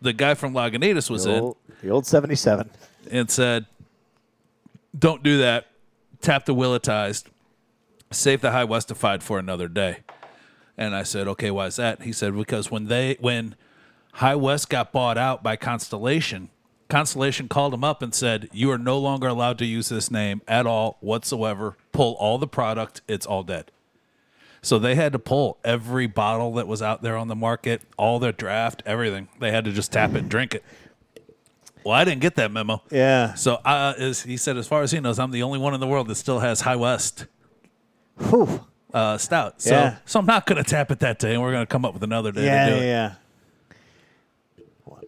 A: the guy from Lagunitas was
C: the,
A: in
C: old, the old 77.
A: and said, "Don't do that. Tap the willitized. Save the high westified for another day." And I said, "Okay, why is that?" He said, "Because when they when High West got bought out by Constellation, Constellation called him up and said, "You are no longer allowed to use this name at all whatsoever. Pull all the product. It's all dead." So they had to pull every bottle that was out there on the market, all their draft, everything. They had to just tap it, and drink it. Well, I didn't get that memo.
C: Yeah.
A: So uh, as he said, as far as he knows, I'm the only one in the world that still has High West
C: Whew.
A: uh, stout. So,
C: Yeah.
A: so I'm not going to tap it that day, and we're going to come up with another day
C: Yeah,
A: to do
C: yeah,
A: it.
C: yeah.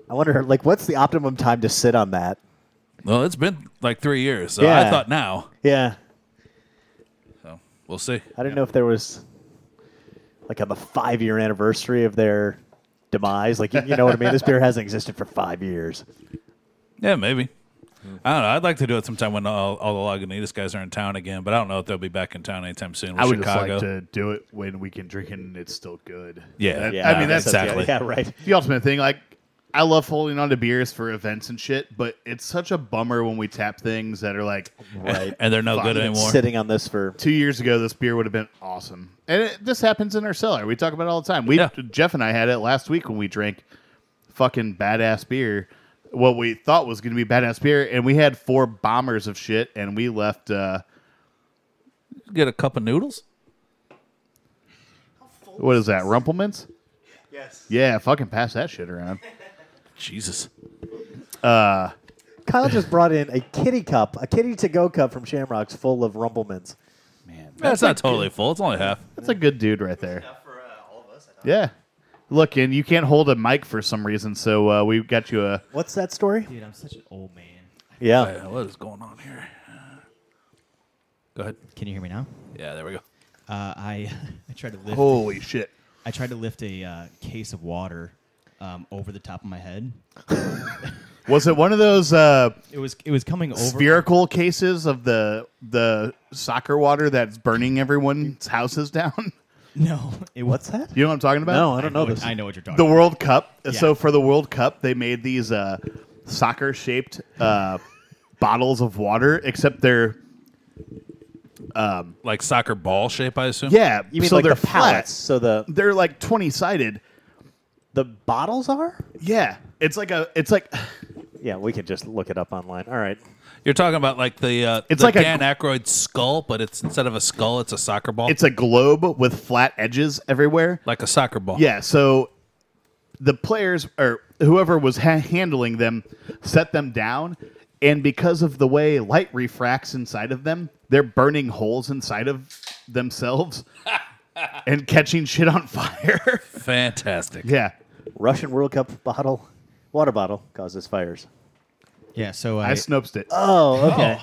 C: I wonder, like, what's the optimum time to sit on that?
A: Well, it's been like three years, so I
C: Yeah.
A: thought now.
C: Yeah,
A: So we'll see.
C: I didn't know if there was, like, on the five-year anniversary of their demise. Like, you, you know what I mean? This beer hasn't existed for five years.
A: Yeah, maybe. I don't know. I'd like to do it sometime when all, all the Lagunitas guys are in town again, but I don't know if they'll be back in town anytime soon. With
B: I would
A: Chicago.
B: just like to do it when we can drink it and it's still good.
A: Yeah.
B: That-
A: Yeah,
B: I mean, that's
A: exactly.
C: Yeah, right.
B: the ultimate thing. Like, I love holding on to beers for events and shit, but it's such a bummer when we tap things that are like,
C: Right.
A: and they're no
B: Fuck,
A: good
B: it's
A: anymore.
C: Sitting on this for
B: two years ago, this beer would have been awesome. And it, this happens in our cellar. We talk about it all the time. We
A: Yeah.
B: Jeff and I had it last week when we drank fucking badass beer. What we thought was going to be badass beer, and we had four bombers of shit, and we left. uh
A: Get a cup of noodles.
B: What is that? Rumplemans? Yes. Yeah, fucking pass that shit around.
A: Jesus.
C: Kyle just brought in a kitty cup, a kitty to go cup from Shamrocks, full of Rumblemans.
A: That's not totally
B: uh,
A: full. It's only half.
B: That's a good dude right there. Yeah. Look, and you can't hold a mic for some reason, so uh, we got you a.
C: What's that story?
D: Dude, I'm such an old man.
C: Yeah,
A: Oh, Yeah, What is going on here? Go ahead.
D: Can you hear me now?
A: Yeah, there we go.
D: Uh, I I tried to lift
C: Oh.
B: Holy shit.
D: I tried to lift a uh, case of water um, over the top of my head.
B: Was it one of those uh,
D: It was it was coming over.
B: spherical cases of the the soccer water that's burning everyone's houses down?
D: No, it
C: what's
D: was.
C: that?
B: You know what I'm talking about?
C: No, I don't know
D: what-
C: this.
D: I know what you're talking.
B: The
D: about.
B: World Cup. So
D: Yeah.
B: for the World Cup, they made these uh, soccer shaped uh, bottles of water, except they're
A: Like soccer ball shape, I assume.
B: yeah.
C: You mean
B: so
C: like
B: they're
C: the pallets?
B: flat.
C: So the
B: They're like twenty sided.
C: the bottles are?
B: Yeah, it's like a it's like
C: Yeah, we can just look it up online. All right.
A: You're talking about like the uh,
B: It's
A: the
B: like a-
A: Dan Aykroyd skull, but it's instead of a skull, it's a soccer ball.
B: it's a globe with flat edges everywhere.
A: like a soccer ball.
B: Yeah, so the players or whoever was ha- handling them set them down, and because of the way light refracts inside of them, they're burning holes inside of themselves and catching shit on fire.
A: fantastic.
B: yeah,
C: Russian World Cup bottle, water bottle causes fires.
D: Yeah, so
B: I
D: I,
B: snopes it.
C: Oh, okay.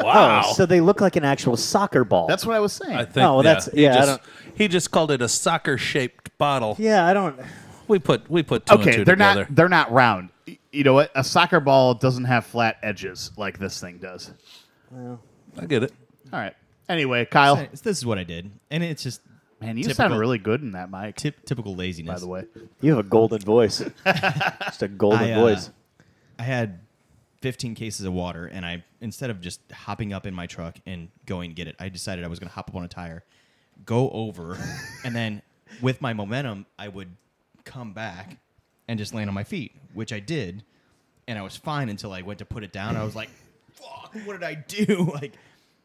A: Wow.
B: Oh,
C: So they look like an actual soccer ball.
B: That's what I was saying.
A: I think.
C: Oh, well,
A: yeah,
C: that's-
A: he
C: yeah, I
A: Just, he just called it a soccer shaped bottle.
C: yeah, I don't.
A: We put we put two and
B: okay,
A: two
B: they're
A: together.
B: not they're not round. you know what? A soccer ball doesn't have flat edges like this thing does.
A: I get it.
B: All right. Anyway, Kyle,
D: So this is what I did, and it's just
B: man, you sound
D: typical-
B: really good in that mic.
D: tip, typical laziness.
B: By the way,
C: You have a golden voice. Just a golden
D: I, uh,
C: voice.
D: I had 15 cases of water, and I instead of just hopping up in my truck and going to get it, I decided I was going to hop up on a tire, go over, and then with my momentum, I would come back and just land on my feet, which I did, and I was fine until I went to put it down. I was like, "Fuck! What did I do?" Like,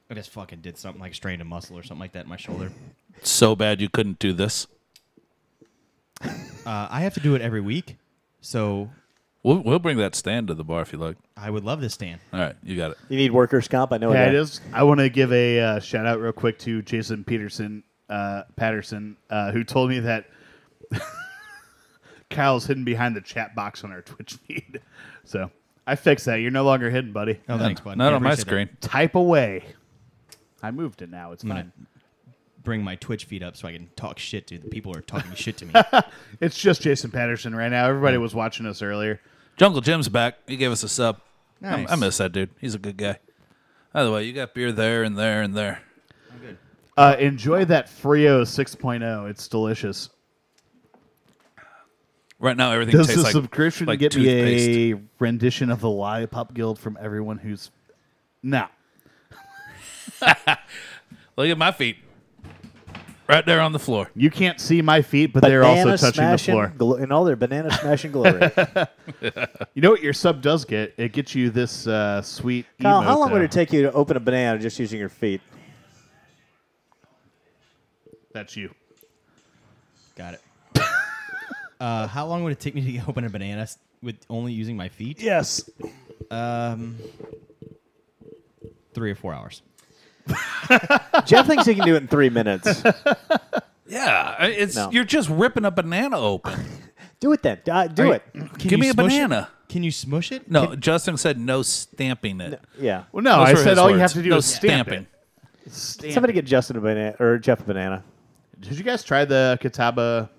D: I just fucking did something like strained a muscle or something like that in my shoulder.
A: So bad you couldn't do this.
D: Uh, I have to do it every week, so
A: We'll, we'll bring that stand to the bar if you like.
D: I would love this stand.
A: All right, you got it.
C: You need workers' comp. I know
B: yeah,
C: a
B: it
C: guy.
B: is. I want to give a uh, shout out real quick to Jason Peterson uh, Patterson, uh, who told me that Kyle's hidden behind the chat box on our Twitch feed. So I fixed that. You're no longer hidden, buddy.
D: Oh, thanks, bud.
A: Not
D: I
A: on my
D: appreciate that.
A: screen.
B: Type away. I moved it now. It's
D: I'm
B: fine.
D: gonna bring my Twitch feed up so I can talk shit to the people who are talking shit to me.
B: It's just Jason Patterson right now. Everybody was watching us earlier.
A: Jungle Jim's back. He gave us a sub. I- I
D: Nice.
A: miss that dude. He's a good guy. By the way, you got beer there and there and there.
B: Uh, enjoy that Frio 6.0. It's delicious.
A: Right now, everything
B: Does
A: tastes
B: the
A: like
B: subscription
A: like
B: get
A: toothpaste.
B: me a rendition of the Lollipop Guild from everyone who's no?
A: Look at my feet, right there on the floor.
B: You can't see my feet, but they're also
C: Banana
B: touching the
C: smashing
B: floor.
C: glo- in all their banana smashing glory.
B: You know what your sub does get? It gets you this uh, sweet.
C: Kyle,
B: emote,
C: how long would
B: though.
C: it take you to open a banana just using your feet?
B: That's you.
D: Got it. Uh, how long would it take me to open a banana s- with only using my feet?
C: Yes.
D: Three or four hours.
C: Jeff thinks he can do it in three minutes.
A: Yeah, I- it's
C: No.
A: you're just ripping a banana open.
C: do it then. Uh, do
D: Are
C: it.
D: you- can
A: Give
D: you
A: me a
D: smush it?
A: banana.
D: Can you smush it?
A: No,
D: Can-
A: Justin said no stamping it.
C: Yeah.
B: Well, no,
A: Those
B: I
A: were his
B: said all you
A: words.
B: have to do
A: no
B: is stamp
A: stamping.
B: it. Stamp
C: Somebody
B: it.
C: get Justin a banana or Jeff a banana.
B: Did you guys try the Catawba?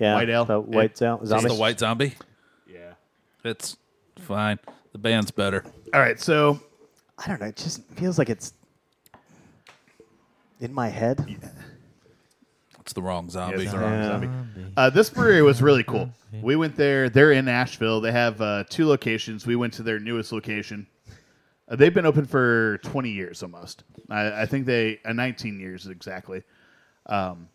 C: Yeah.
B: White ale?
C: The white ale.
A: It's
C: Zombie.
A: the white zombie.
B: Yeah.
A: It's fine. The band's better.
B: All right, so
C: I don't know. It just feels like it's in my head.
A: It's the wrong
B: Yeah,
A: zombie.
B: it's the
C: not-
B: wrong
C: Yeah.
B: zombie. Uh, this brewery was really cool. We went there. They're in Asheville. They have uh, two locations. We went to their newest location. Uh, they've been open for 20 years almost. I, I think they uh, 19 years exactly. Um,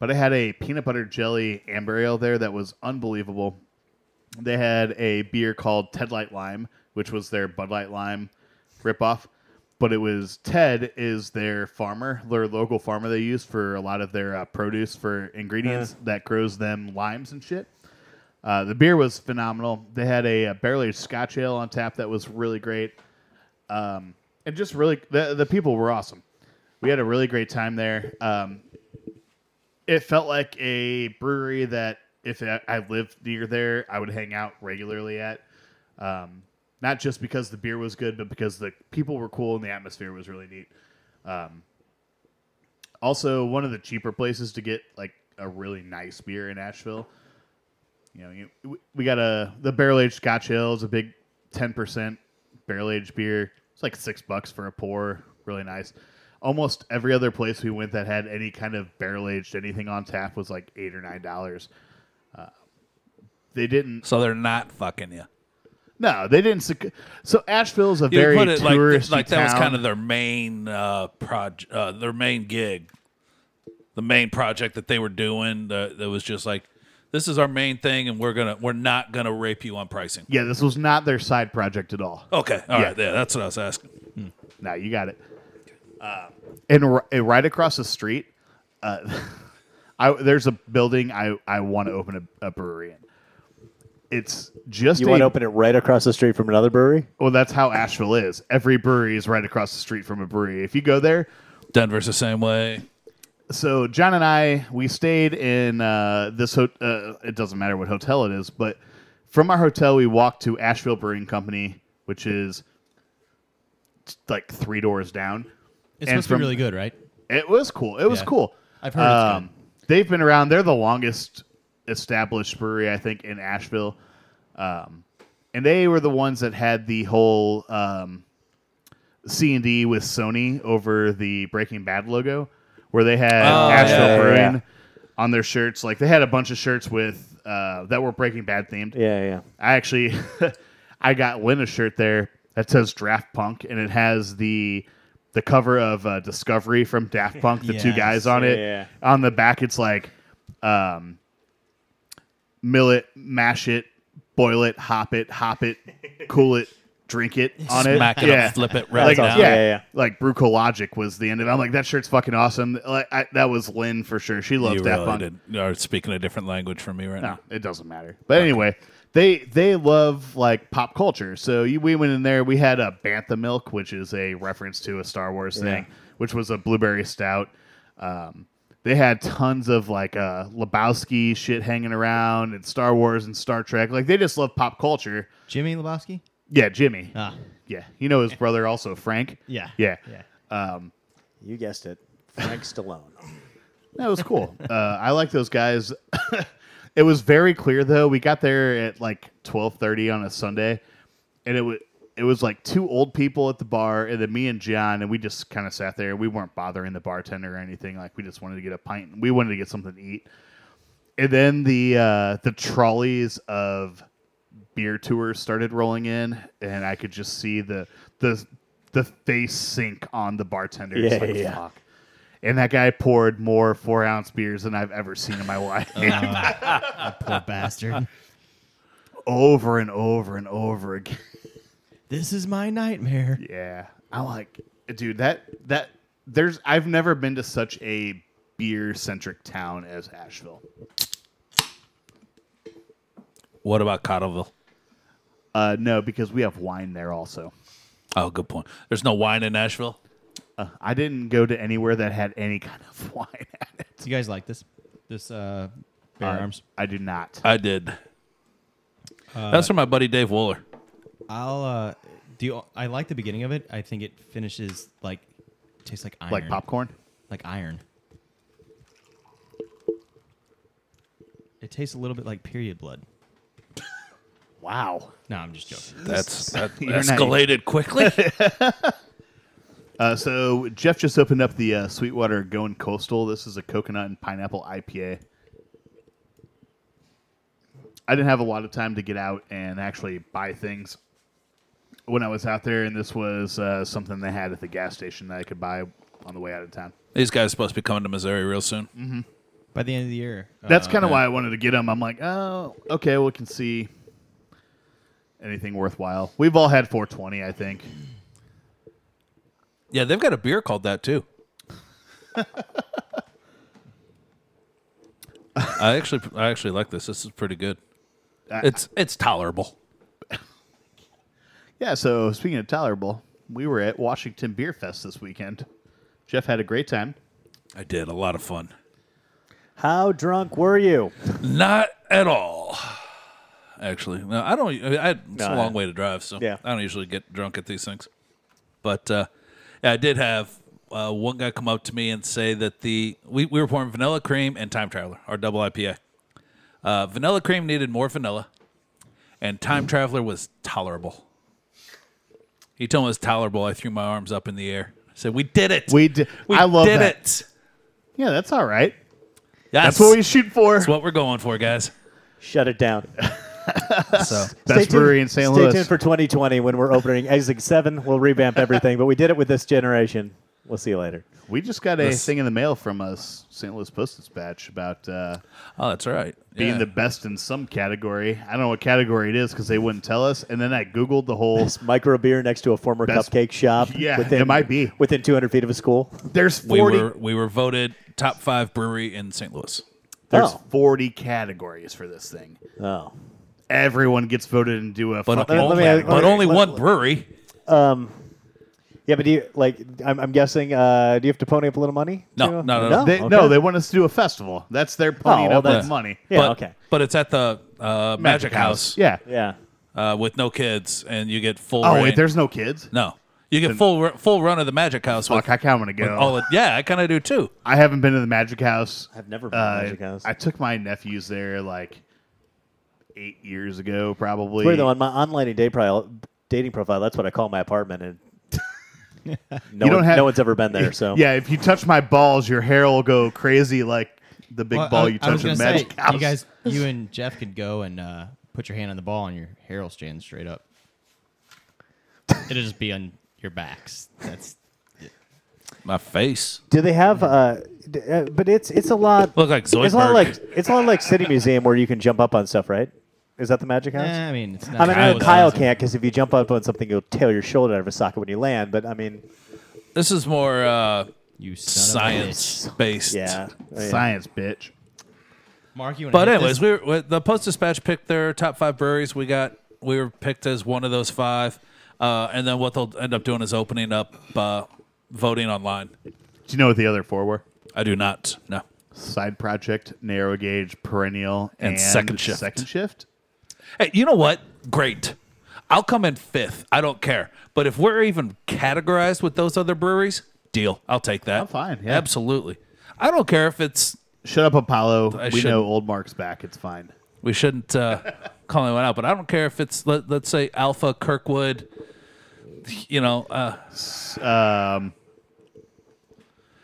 B: but I had a peanut butter jelly amber ale there that was unbelievable. They had a beer called Ted Light Lime, which was their Bud Light Lime ripoff. But it was Ted is their farmer, their local farmer they use for a lot of their uh, produce for ingredients that grows them limes and shit. Uh, the beer was phenomenal. They had a, uh barrel aged Scotch ale on tap that was really great, um, and just really the the people were awesome. We had a really great time there. Um, it felt like a brewery that if I I lived near there, I would hang out regularly at. Um, not just because the beer was good, but because the people were cool and the atmosphere was really neat. Um, also, one of the cheaper places to get like a really nice beer in Asheville. You know, you, we- we got a the barrel aged Scotch Ale is a big ten percent barrel aged beer. It's like six bucks for a pour. Really nice. Almost every other place we went that had any kind of barrel aged anything on tap was like eight or nine dollars. Uh, they didn't.
A: So they're not fucking you.
B: No, they didn't. sec- So Asheville's a
A: You
B: very
A: put it like,
B: touristy
A: like that was
B: town.
A: kind of their main uh, project, uh, their main gig, the main project that they were doing. That, that was just like, this is our main thing, and we're gonna we're not gonna rape you on pricing.
B: Yeah, this was not their side project at all.
A: Okay, all right,
B: Yeah.
A: yeah. that's what I was asking.
B: No, you got it. Uh, and r- and right across the street, uh, I, there's a building I, I want to open a, a brewery in. It's just
C: You
B: a,
C: want to open it right across the street from another brewery?
B: well, that's how Asheville is. Every brewery is right across the street from a brewery. If you go there,
A: Denver's the same way.
B: so John and I we stayed in uh, this ho- uh, it doesn't matter what hotel it is, but from our hotel we walked to Asheville Brewing Company, which is t- like three doors down.
D: It's
B: And
D: supposed to
B: from-
D: be really good, right?
B: It was cool. It was
D: Yeah.
B: cool.
D: I've heard it's good.
B: They've been around. They're the longest established brewery, I think, in Asheville. Um, and they were the ones that had the whole um, C and D with Sony over the Breaking Bad logo, where they had
A: Oh,
B: Astral
C: yeah, yeah,
B: Brewing
C: yeah.
B: on their shirts. Like they had a bunch of shirts with uh, that were Breaking Bad themed.
C: Yeah, yeah.
B: I actually, I got Lynn a shirt there that says Draft Punk, and it has the the cover of uh, Discovery from Daft Punk, the two
D: Yes,
B: guys on it.
C: yeah.
B: On the back, it's like um, mill it, mash it, boil it, hop it, hop it, cool it, drink it on it.
A: Smack it
B: yeah.
A: up, flip it
B: Like,
A: right
C: That's
A: now.
C: awesome.
B: yeah,
C: Yeah, yeah.
B: like Brucologic was the end of it. I'm like, that shirt's fucking awesome. Like, I, that was Lynn for sure. She loved
A: You
B: Daft
A: really
B: Punk.
A: did. You're speaking a different language from me right
B: No,
A: now.
B: it doesn't matter. But anyway, they they love like pop culture. So you, we went in there. We had a bantha milk, which is a reference to a Star Wars thing, which was a blueberry stout. Um, they had tons of like uh, Lebowski shit hanging around and Star Wars and Star Trek. Like they just love pop culture.
D: Jimmy Lebowski?
B: Yeah, Jimmy.
D: Ah,
B: yeah, you know his brother also Frank.
D: yeah.
B: Yeah. Um,
D: Yeah.
C: You guessed it. Frank Stallone.
B: That was cool. uh, I like those guys. it was very clear though. We got there at like twelve thirty on a Sunday, and it was it was like two old people at the bar, and then me and John, and we just kind of sat there. We weren't bothering the bartender or anything. Like we just wanted to get a pint. and We wanted to get something to eat. And then the uh, the trolleys of beer tours started rolling in, and I could just see the the the face sink on the bartender. It's
C: Yeah,
B: like,
C: yeah.
B: fuck. And that guy poured more four ounce beers than I've ever seen in my life.
D: Oh, Poor bastard.
B: over and over and over again.
D: This is my nightmare.
B: Yeah. I like dude, that that there's I've never been to such a beer centric town as Asheville.
A: What about Cottleville?
B: Uh no, because we have wine there also.
A: Oh, good point. There's no wine in Nashville.
B: Uh, I didn't go to anywhere that had any kind of wine at it.
D: Do you guys like this? This uh bare arms.
B: I do not.
A: I did.
B: Uh,
A: That's from my buddy Dave Wooler.
D: I'll uh do you, I like the beginning of it. I think it finishes like tastes like iron.
B: like popcorn?
D: Like iron. It tastes a little bit like period blood.
B: Wow.
D: No, I'm just joking.
A: That's that
B: You're not-
A: escalated quickly.
B: Uh, so Jeff just opened up the uh, Sweetwater Going Coastal. This is a coconut and pineapple IPA. I didn't have a lot of time to get out and actually buy things when I was out there, and this was uh, something they had at the gas station that I could buy on the way out of town.
A: These guys are supposed to be coming to Missouri real soon.
B: Mm-hmm.
D: By the end of the year.
B: That's
D: uh,
B: kind of why I wanted to get them. I'm like, oh, okay, we can see anything worthwhile. We've all had 420, I think.
A: Yeah, they've got a beer called that too. I actually, I actually like this. This is pretty good.
B: I-
A: It's it's tolerable.
B: Yeah, so speaking of tolerable, we were at Washington Beer Fest this weekend. Jeff had a great time.
A: I did a lot of fun.
C: How drunk were you?
A: Not at all. Actually, no. I don't. I, I, it's a
C: No,
A: long
C: yeah.
A: way to drive, so
C: Yeah.
A: I don't usually get drunk at these things. But uh, yeah, I did have uh, one guy come up to me and say that the we, we were pouring vanilla cream and time traveler, our double IPA. Uh, vanilla cream needed more vanilla, and time traveler was tolerable. He told me it was tolerable. I threw my arms up in the air. I said, "We did it.
B: We did.
A: We
B: I love
A: did
B: that.
A: it.
B: Yeah, that's all right.
A: Yes.
B: That's what we shoot for.
A: That's what we're going for, guys."
C: Shut it down.
A: So
B: Best
C: Stay tuned-
B: brewery in St.
C: Stay
B: Louis.
C: tuned for 2020 when we're opening Exit 7. We'll revamp everything, but we did it with this generation. We'll see you later.
B: we just got a
A: This-
B: thing in the mail from us, St. Louis Post Dispatch, about uh,
A: oh, that's right.
B: being
A: Yeah.
B: the best in some category. I don't know what category it is because they wouldn't tell us. And then I googled the whole.
C: This micro beer next to a former
B: Best-
C: cupcake shop.
B: Yeah, it might be.
C: Within 200 feet of a school.
B: There's
A: we
B: forty.
A: were we were voted top five brewery in St. Louis.
B: there's
C: Oh.
B: forty categories for this thing.
C: Oh.
B: Everyone gets voted and do a.
A: But,
B: fucking-
A: only,
C: me ask-
A: but
C: let me-
A: only
C: let-
A: one brewery.
C: Yeah, but do you, like, I'm, I'm guessing, uh, do you have to pony up a little money?
A: No,
C: to-
A: no, no, no.
B: they,
C: okay.
B: No, they want us to do a festival. That's their ponying
C: well,
B: up with
C: that's-
B: money.
C: Yeah,
A: but,
C: okay.
A: But it's at the uh, Magic, House,
B: Yeah.
C: Yeah.
A: uh, with no kids, and you get full.
B: Oh
A: reign.
B: wait, there's no kids.
A: no. You get full ru- full run of the Magic House.
B: Fuck,
A: with,
B: I kind of want to go.
A: with all of, yeah, I kind of do too.
B: I haven't been to the Magic House. Uh,
C: I've never been to the Magic House.
B: I took my nephews there like eight years ago, probably.
C: It's weird though on my online dating profile, dating profile, that's what I call my apartment, and no,
B: You don't
C: one-
B: have-
C: no one's ever been there. So
B: yeah, if you touch my balls, your hair will go crazy like the big
D: Well,
B: ball
D: I-
B: you
D: I was
B: touch in
D: gonna say,
B: Magic House.
D: You guys, you and Jeff could go and uh, put your hand on the ball, and your hair will stand straight up. It'll just be on your backs. That's
A: My face.
C: do they have? Uh, d- uh, but it's it's a lot.
A: Look like
C: it's a lot
A: Zoidberg.
C: like it's a lot like City Museum where you can jump up on stuff, right? Is that the Magic House?
D: eh, I mean, it's not.
C: I mean, I know
A: Kyle's
C: Kyle
D: doesn't-
C: can't because if you jump up on something, you'll tear your shoulder out of a socket when you land. But I mean,
A: This is more uh,
D: You son of a bitch.
A: science based.
C: yeah,
B: Science, bitch.
D: Mark, you. wanna
A: But
D: hit
A: anyways,
D: this?
A: we were, the Post Dispatch picked their top five breweries. We got we were picked as one of those five, uh, and then what they'll end up doing is opening up uh, voting online.
B: Do you know what the other four were?
A: I do not. No,
B: Side project, narrow gauge, perennial,
A: And
B: and,
A: second shift.
B: Second shift.
A: Hey, you know what? Great. I'll come in fifth. I don't care. But if we're even categorized with those other breweries, deal. I'll take that.
B: I'm fine, yeah.
A: Absolutely. I don't care if it's
B: Shut up, Apollo.
A: I
B: we
A: shouldn't.
B: know old Mark's back. It's fine.
A: we shouldn't uh, call anyone out, but I don't care if it's let, let's say Alpha Kirkwood. You know, uh,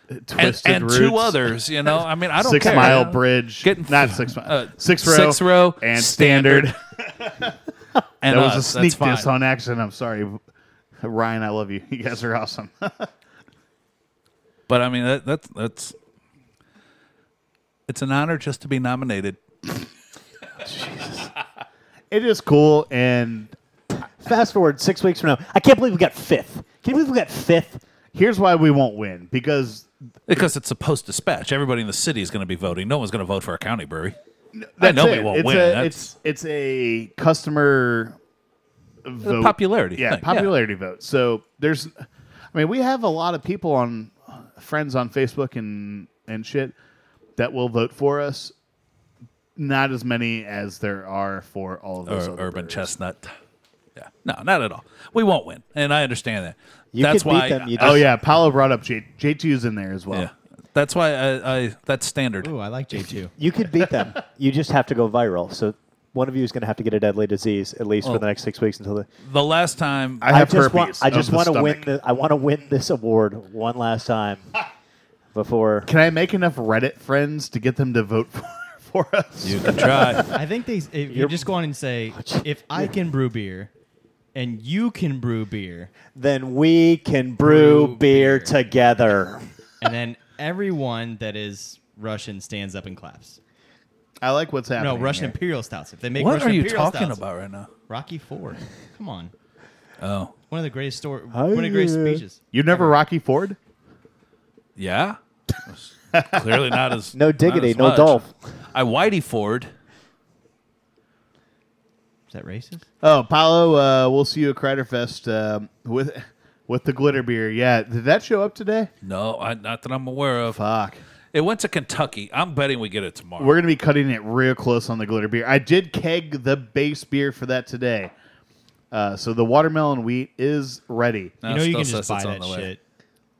A: and,
B: Twisted
A: and
B: Roots,
A: two others. You know, I mean, I don't
B: Six
A: care.
B: Mile Bridge.
A: Getting-
B: not six mile.
A: uh,
B: six row.
A: Six Row,
B: and
A: Standard,
B: standard.
A: And
B: that was a
A: us.
B: sneak
A: That's fine.
B: diss on accident. I'm sorry, Ryan. I love you. You guys are awesome.
A: But I mean, that, that's that's it's an honor just to be nominated.
B: it is cool, and
C: Fast forward six weeks from now, I can't believe we got fifth. Can you believe we got fifth?
B: here's why we won't win because
A: Because it's a post dispatch. Everybody in the city is going to be voting. No one's going to vote for a county brewery. I
B: that's
A: know we
B: it.
A: won't
B: it's
A: win.
B: A,
A: That's
B: it's it's a customer
A: the
B: vote.
A: popularity.
B: yeah,
A: thing.
B: popularity vote. So there's, I mean, we have a lot of people on friends on Facebook and and shit that will vote for us. Not as many as there are for all of
A: Or
B: those other
A: urban
B: breweries.
A: chestnut. Yeah. No, not at all. We won't win, and I understand that.
C: You
A: that's
C: could beat
A: why.
C: them, you
B: Oh yeah, Paolo brought up J J two's in there as well.
A: yeah. That's why I, I. That's standard.
D: Ooh, I like J two.
C: You could beat them. you just have to go viral. So one of you is going to have to get a deadly disease at least for
A: Well,
C: the next six weeks until the.
A: The last time
B: I have
C: just want.
B: herpes
C: I just
B: of the
C: want to win.
B: stomach.
C: The, I want to win this award one last time before.
B: Can I make enough Reddit friends to get them to vote for, for us?
A: you can try.
D: I think they. If you
C: You're-
D: just go on and say, if I can brew beer, and you can brew beer,
C: Then we can brew,
D: Brew
C: beer,
D: beer.
C: together.
D: and then everyone that is Russian stands up and claps.
B: I like what's happening.
D: No, Russian
B: here.
D: Imperial Stouts. If they make
A: what
D: Russian
A: are you
D: Imperial
A: talking
D: Stouts,
A: about right now?
D: Rocky Ford. Come on.
A: Oh,
D: One of the greatest story. One of the greatest
C: yeah.
D: speeches.
B: You've never Rocky Ford?
A: yeah. Clearly not as
C: No
A: not
C: diggity,
A: as
C: no
A: much.
C: Dolph.
A: I Whitey Ford.
D: Is that racist?
B: Oh, Paolo, uh, we'll see you at Kreiderfest um with with the glitter beer. Yeah, did that show up today?
A: No, I, not that I'm aware of.
B: Fuck.
A: It went to Kentucky. I'm betting we get it tomorrow.
B: We're gonna be cutting it real close on the glitter beer. I did keg the base beer for that today. Uh, so the watermelon wheat is ready.
A: No,
D: you know you
A: still
D: can
A: says
D: just buy
A: it's on
D: that
A: the way.
D: shit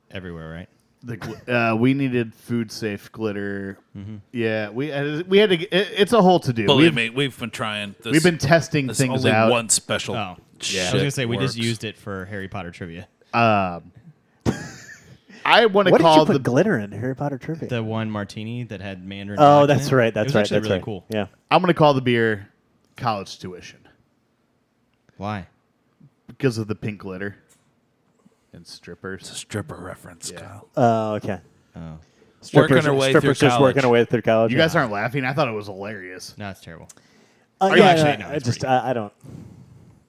D: everywhere, right?
B: The gl- uh, we needed food safe glitter.
A: Mm-hmm.
B: Yeah, we had, we had to. It, it's a whole to do.
A: Believe
B: We've,
A: me, we've been trying. This,
B: we've been testing
A: this
B: things
A: only
B: out.
A: one special.
D: Oh,
A: shit
D: I was gonna say we just
A: works.
D: used it for Harry Potter trivia.
B: I want to
C: What did
B: call
C: you put
B: the
C: glitter in Harry Potter trivia?
D: The one martini that had Mandarin.
C: oh,
D: Jack in
C: that's
D: it.
C: right.
D: it
C: That's
D: was
C: right.
D: Actually
C: That's
D: really
C: right.
D: cool.
C: Yeah.
B: I'm gonna call the beer college tuition
D: Why?
B: because of the pink glitter and strippers.
A: stripper reference, Kyle.
C: Oh, okay.
D: Oh,
A: Working her way through
C: strippers just working
A: college.
C: her way through college.
B: You guys aren't laughing. I thought it was hilarious.
D: no, it's terrible.
C: Uh,
B: Are you
C: yeah,
B: actually- no,
C: no, I
D: it's
C: just
D: pretty-
C: I, I don't.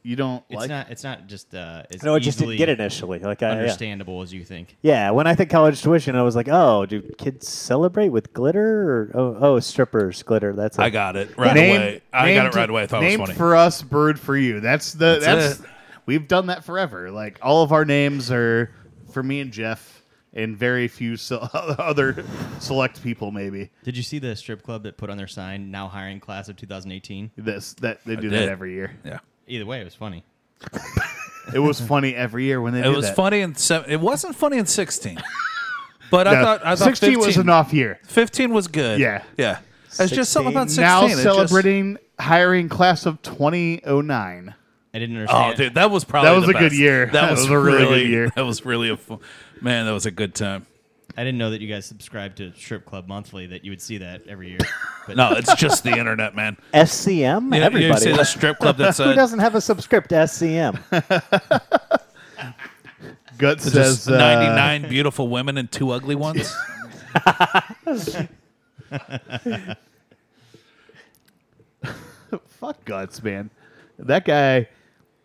B: You don't
D: It's
B: like
D: not. It's not just. Uh, it's
C: No, I just
D: easily
C: didn't get it initially. Like I yeah.
D: Understandable as you think.
C: Yeah, when I think college tuition, I was like, oh, do kids celebrate with glitter? Or, oh, oh, strippers glitter. That's it.
A: I got it right
B: Name-
A: away. I got
B: named-
A: it right away. I thought it
B: named
A: was funny.
B: for us, brewed for you. That's the
A: That's
B: that's,
A: it.
B: we've done that forever. Like all of our names are for me and Jeff, and very few se- other select people. Maybe
D: Did you see the strip club that put on their sign now hiring class of 2018?
B: this that they do
A: did.
B: that every year.
A: yeah.
D: Either way, it was funny.
B: It was funny every year when they
A: It
B: did
A: was
B: that.
A: funny in seven. It wasn't funny in sixteen, but I
B: No,
A: thought I thought
B: sixteen
A: 15,
B: was an off year.
A: Fifteen was good.
B: Yeah.
A: yeah. It's just something about
C: 16.
A: sixteen.
B: now
A: it just-
B: celebrating hiring class of 2009.
D: I didn't understand.
A: Oh, dude, that was probably
B: That was
A: the
B: a good
A: best.
B: year.
A: That,
B: That
A: was,
B: was a
A: really,
B: really good year.
A: That was really a fu- man. That was a good time.
D: I didn't know that you guys subscribed to Strip Club Monthly. That you would see that every year. But
A: No, it's just the internet, man.
C: SCM?
A: You, know, you ever
C: Everybody.
A: see the strip club that's
C: Who
A: uh,
C: doesn't have a subscript to SCM?
B: Gut
A: just
B: says uh,
A: 99 beautiful women and two ugly ones?
B: Fuck guts, man. That guy,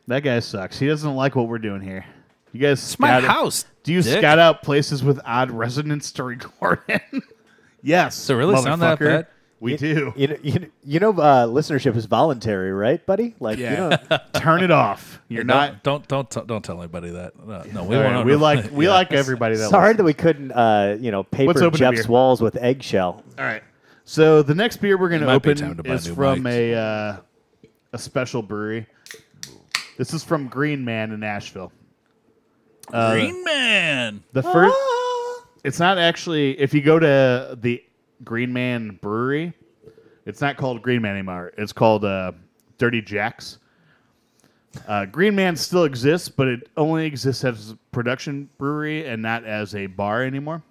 B: that guy sucks. He doesn't like what we're doing here. You guys,
A: It's my
B: scout
A: house.
B: Do you
A: dick.
B: scout out places with odd resonance to record in? yes. So
A: it really sound that bad?
B: We do.
C: You know, you know, you know uh, listenership is voluntary, right, buddy? Like, you
B: Yeah.
C: know,
B: Turn it off. You're not.
A: Don't don't don't, t- don't tell anybody that. No, no we
B: All
A: want
B: right, we like we like everybody that.
C: sorry
B: listens.
C: that we couldn't, uh, you know,
B: Let's
C: paper
B: open a
C: Jeff's
B: beer.
C: walls with eggshell.
B: All right. So the next beer we're going
A: It
B: to
A: might be time
B: open
A: to buy
B: is
A: new
B: from
A: mics.
B: a uh, a special brewery. This is from Green Man in Nashville. uh,
A: Green Man.
B: The first, it's not actually. If you go to the Green Man Brewery, it's not called Green Man anymore. It's called uh, Dirty Jacks. Uh, Green Man still exists, but it only exists as a production brewery and not as a bar anymore.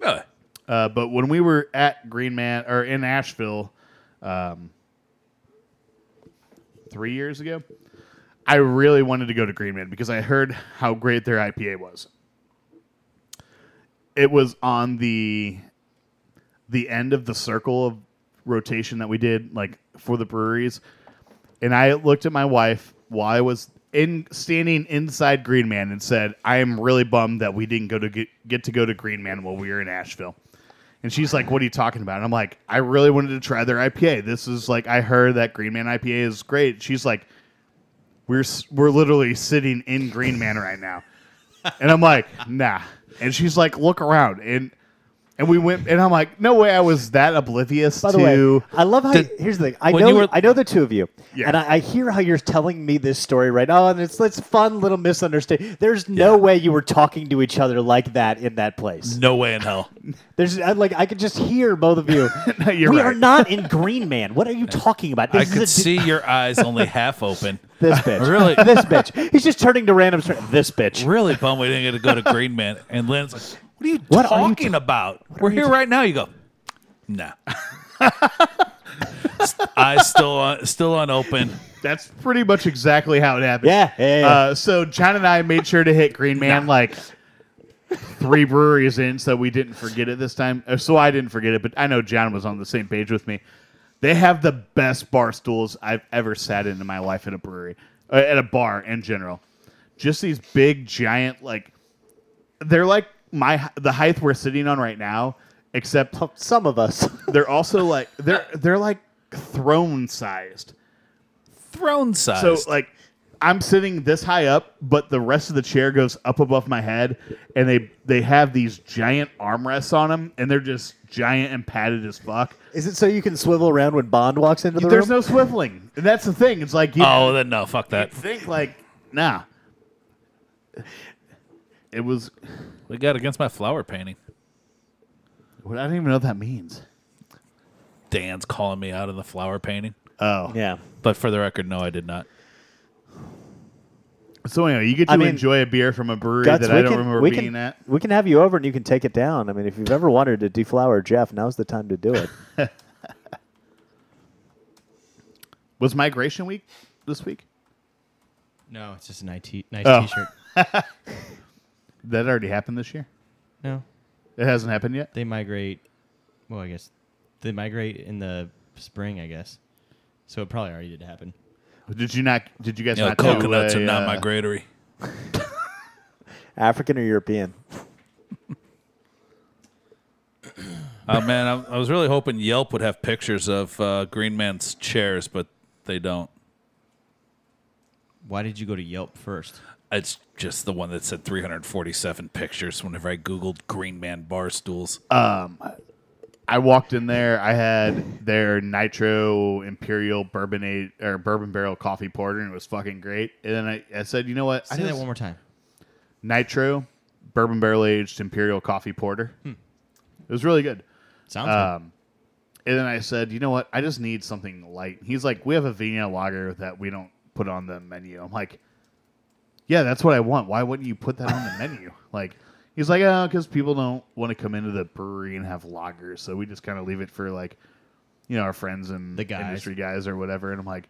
A: Really?
B: Uh, but when we were at Green Man or in Asheville, um, three years ago, I really wanted to go to Green Man because I heard how great their IPA was. It was on the the end of the circle of rotation that we did, like for the breweries, and I looked at my wife while I was in standing inside Green Man and said, "I am really bummed that we didn't go to get, get to go to Green Man while we were in Asheville." And she's like, "What are you talking about?" And I'm like, "I really wanted to try their IPA. This is like I heard that Green Man IPA is great." She's like, "We're s- we're literally sitting in Green Man right now," and I'm like, "Nah." And she's like, "Look around," and and we went, and I'm like, "No way, I was that oblivious
C: By the
B: to."
C: way, I love how.
A: Did-
C: here's the thing. I
A: when
C: know.
A: you were-
C: I know the two of you,
B: Yeah.
C: and I, I hear how you're telling me this story right now, and it's it's fun little misunderstanding. There's no way you were talking to each other like that in that place.
A: No way in hell.
C: There's I- like I could just hear both of you.
B: No, you're
C: we
B: right.
C: are not in Green Man. What are you talking about?
A: I
C: This is a
A: could
C: di-
A: see your eyes only half open.
C: this bitch.
A: Really?
C: this bitch. He's just turning to random. str- This bitch.
A: Really bummed we didn't get to go to Green Man. And Lynn's like, "What are you
C: What are you
A: talking about? We're here right now." You go, "Nah." Eyes still on, still unopened.
B: That's pretty much exactly how it happened.
C: Yeah, yeah, yeah.
B: Uh, so John and I made sure to hit Green Man like three breweries in, so we didn't forget it this time. Uh, So I didn't forget it, but I know John was on the same page with me. They have the best bar stools I've ever sat in in my life at a brewery, uh, at a bar in general. Just these big, giant, like they're like my the height we're sitting on right now, except
C: Some of us.
B: they're also like they're they're like throne sized.
A: Throne size.
B: So like I'm sitting this high up, but the rest of the chair goes up above my head, and they they have these giant armrests on them, and they're just giant and padded as fuck.
C: Is it so you can swivel around when Bond walks into the
B: There's
C: room?
B: no swiveling, and that's the thing. It's like you
A: oh, then no, fuck that.
B: think like nah. It was
A: We got against my flower painting.
B: what I don't even know what that means.
A: Dan's calling me out on the flower painting.
B: Oh,
C: yeah.
A: But for the record, no, I did not.
B: so anyway, you get to
C: I mean,
B: enjoy a beer from a brewery
C: Guts,
B: that I don't remember
C: we
B: being
C: can,
B: at.
C: We can have you over and you can take it down. I mean, if you've ever wanted to deflower Jeff, now's the time to do it.
B: Was migration week this week?
D: no, it's just a nice, t- nice
B: Oh.
D: T-shirt.
B: That already happened this year.
D: No,
B: It hasn't happened yet.
D: they migrate. Well, I guess they migrate in the spring. I guess. So it probably already did happen.
B: Did you not? Did you guys
A: You know,
B: not? do
A: coconuts
B: a,
A: are not
B: uh,
A: migratory.
C: African or European?
A: Oh man, I, I was really hoping Yelp would have pictures of uh, Green Man's chairs, but they don't.
D: Why did you go to Yelp first?
A: It's just the one that said 347 pictures whenever I Googled Green Man bar stools.
B: I walked in there. I had their nitro imperial bourbonate or bourbon barrel coffee porter, and it was fucking great. And then I, I said, you know what? I
D: Say that
B: just-
D: one more time.
B: Nitro
A: Hmm.
B: bourbon barrel aged imperial coffee porter. It was really good.
D: Sounds
B: Um, And then I said, you know what? I just need something light. He's like, we have a Vienna lager that we don't put on the menu. I'm like, yeah, that's what I want. Why wouldn't you put that on the menu? Like, he's like, oh, because people don't want to come into the brewery and have lagers. So we just kind of leave it for like, you know, our friends and
D: The guys.
B: industry guys or whatever. And I'm like,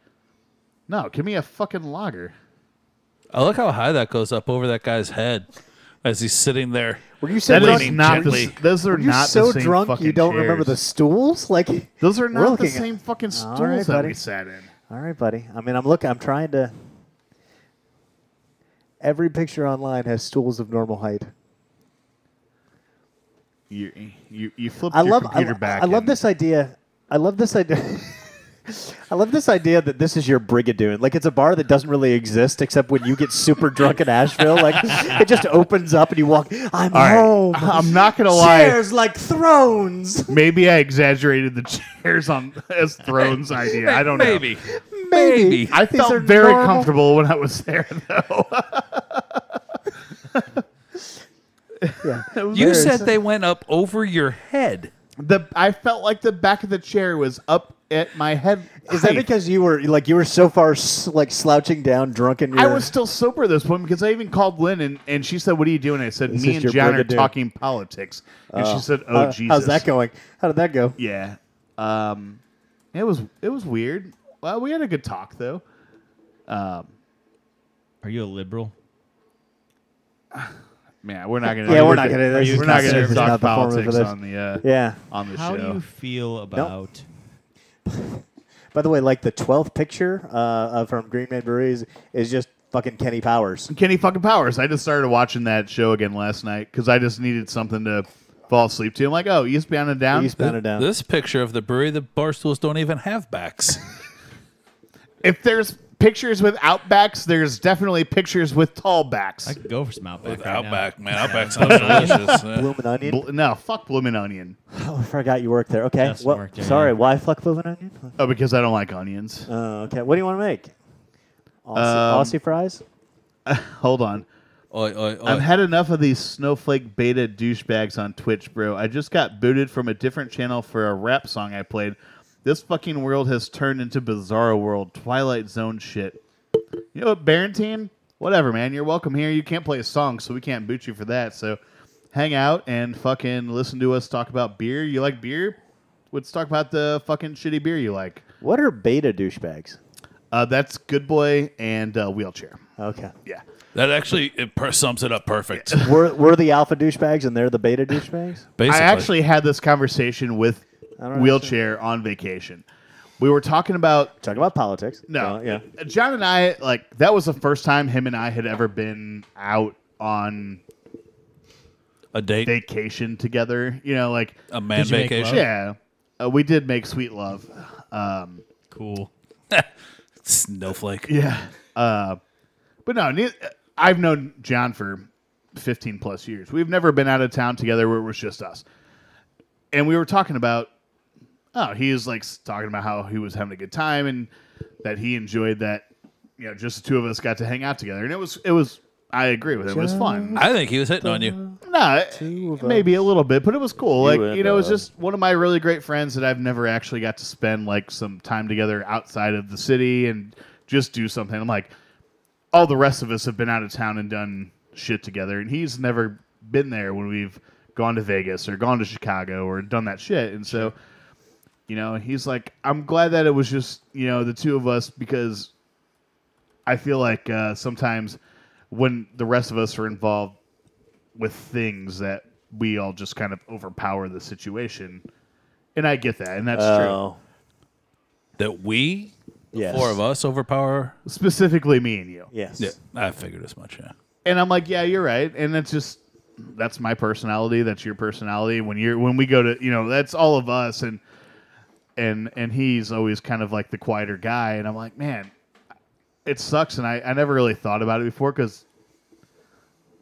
B: no, give me a fucking lager.
A: I like how high that goes up over that guy's head as he's sitting there.
C: Were you so
B: That
A: Leaning
B: is
C: drunk?
B: not the, s-
A: gently.
B: those are
C: Were you
B: not
C: so
B: the same
C: drunk you
B: fucking
C: don't remember the
B: chairs.
C: stools? Like
B: Those are
C: we're
B: not the
C: looking at-
B: same fucking
C: All
B: stools
C: right,
B: that
C: buddy.
B: we sat in.
C: All right, buddy. I mean, I'm look. I'm trying to. Every picture online has stools of normal height.
B: You you you flipped
C: I
B: your
C: love. I,
B: computer back.
C: I love
B: and-
C: this idea. I love this idea. I love this idea that this is your Brigadoon. Like it's a bar that doesn't really exist except when you get super drunk in Asheville. Like it just opens up and you walk. I'm
B: All right.
C: home.
B: I'm not gonna lie.
C: Chairs like thrones.
B: Maybe I exaggerated the chairs on as thrones idea. I don't know.
A: Maybe.
C: Maybe.
B: I
C: These are
B: felt very
C: normal.
B: comfortable when I was there, though.
C: Yeah.
A: You
C: There's-
A: said they went up over your head.
B: The I felt like the back of the chair was up at my head.
C: Is that
B: height.
C: because you were like you were so far s- like slouching down, drunk in your?
B: I was still sober at this point because I even called Lynn and, and she said, "What are you doing?" I said,
C: This is
B: "Me and
C: your
B: John are
C: brigadier."
B: talking politics," and she said, "Oh
C: How-
B: Jesus,
C: Uh, How's that going? How did that go?
B: Yeah, um, it was it was weird. Well, we had a good talk though.
D: Are you a liberal?
B: Man, we're not gonna.
C: Yeah, we're not gonna-
B: We're
C: this is
B: not
C: not-
B: gonna
C: this is
B: talk
C: not the forum for
B: politics
C: this.
B: on the uh,
C: Yeah.
B: on the
D: How
B: show.
D: do you feel about?
C: By the way, like the twelfth picture uh, uh, from Green Man Breweries is just fucking Kenny Powers.
B: Kenny fucking Powers. I just started watching that show again last night because I just needed something to fall asleep to. I'm like, oh, Eastbound and Down.
C: Eastbound and down.
A: This picture of the brewery, the bar stools don't even have backs.
B: If there's pictures without backs, there's definitely pictures with tall backs.
D: I could go for some outback. right now.
A: Outback, man. Outback sounds delicious. Yeah.
C: Bloomin' Onion.
B: Bl- no, fuck Bloomin' Onion.
C: oh, I forgot you worked there. Okay.
D: Yes,
C: Well,
D: worked there,
C: sorry.
D: yeah.
C: Why fuck Bloomin' Onion?
B: Oh, because I don't like onions.
C: Uh, okay. What do you want to make? Aussie,
B: Um,
C: Aussie fries.
B: Hold on.
A: Oi, oi, oi.
B: I've had enough of these snowflake beta douchebags on Twitch, bro. I just got booted from a different channel for a rap song I played. This fucking world has turned into Bizarro World, Twilight Zone shit. You know what, Barentine? Whatever, man. You're welcome here. You can't play a song, so we can't boot you for that. So hang out and fucking listen to us talk about beer. You like beer? Let's talk about the fucking shitty beer you like.
C: What are beta douchebags?
B: Uh, that's Good Boy and uh, Wheelchair.
C: Okay.
B: Yeah.
A: that actually it per- sums it up perfect.
C: we're, we're the alpha douchebags and they're the beta douchebags.
A: Basically,
B: I actually had this conversation with
C: don't know,
B: wheelchair on vacation. We were talking about
C: Talking about politics.
B: no,
C: Uh, yeah.
B: John and I like that was the first time him and I had ever been out on
A: a date,
B: vacation together. You know, like
A: a man
D: Did you make
A: vacation.
D: love?
B: yeah, uh, we did make sweet love. Um,
D: Cool.
A: Snowflake.
B: yeah, uh, but no, ne- I've known John for fifteen plus years. We've never been out of town together where it was just us, and we were talking about oh, he was like s- talking about how he was having a good time and that he enjoyed that. You know, just the two of us got to hang out together, and it was it was. I agree with him. It was fun.
A: I think he was hitting on you.
B: No,
C: of
B: maybe a little bit, but it was cool. Like
C: and
B: you know, it was
C: I.
B: just one of my really great friends that I've never actually got to spend like some time together outside of the city and just do something. I'm like, all the rest of us have been out of town and done shit together, and he's never been there when we've gone to Vegas or gone to Chicago or done that shit. And so, you know, he's like, I'm glad that it was just you know the two of us because I feel like uh, sometimes when the rest of us are involved with things that we all just kind of overpower the situation. And I get that, and that's
C: Oh.
A: That we, the
C: Yes.
A: four of us, overpower.
B: true. Specifically, me and you.
C: Yes.
A: Yeah, I figured as much. Yeah.
B: And I'm like, yeah, you're right. And that's just that's my personality. That's your personality. When you're when we go to you know that's all of us, and and and he's always kind of like the quieter guy. And I'm like, man, it sucks. And I I never really thought about it before because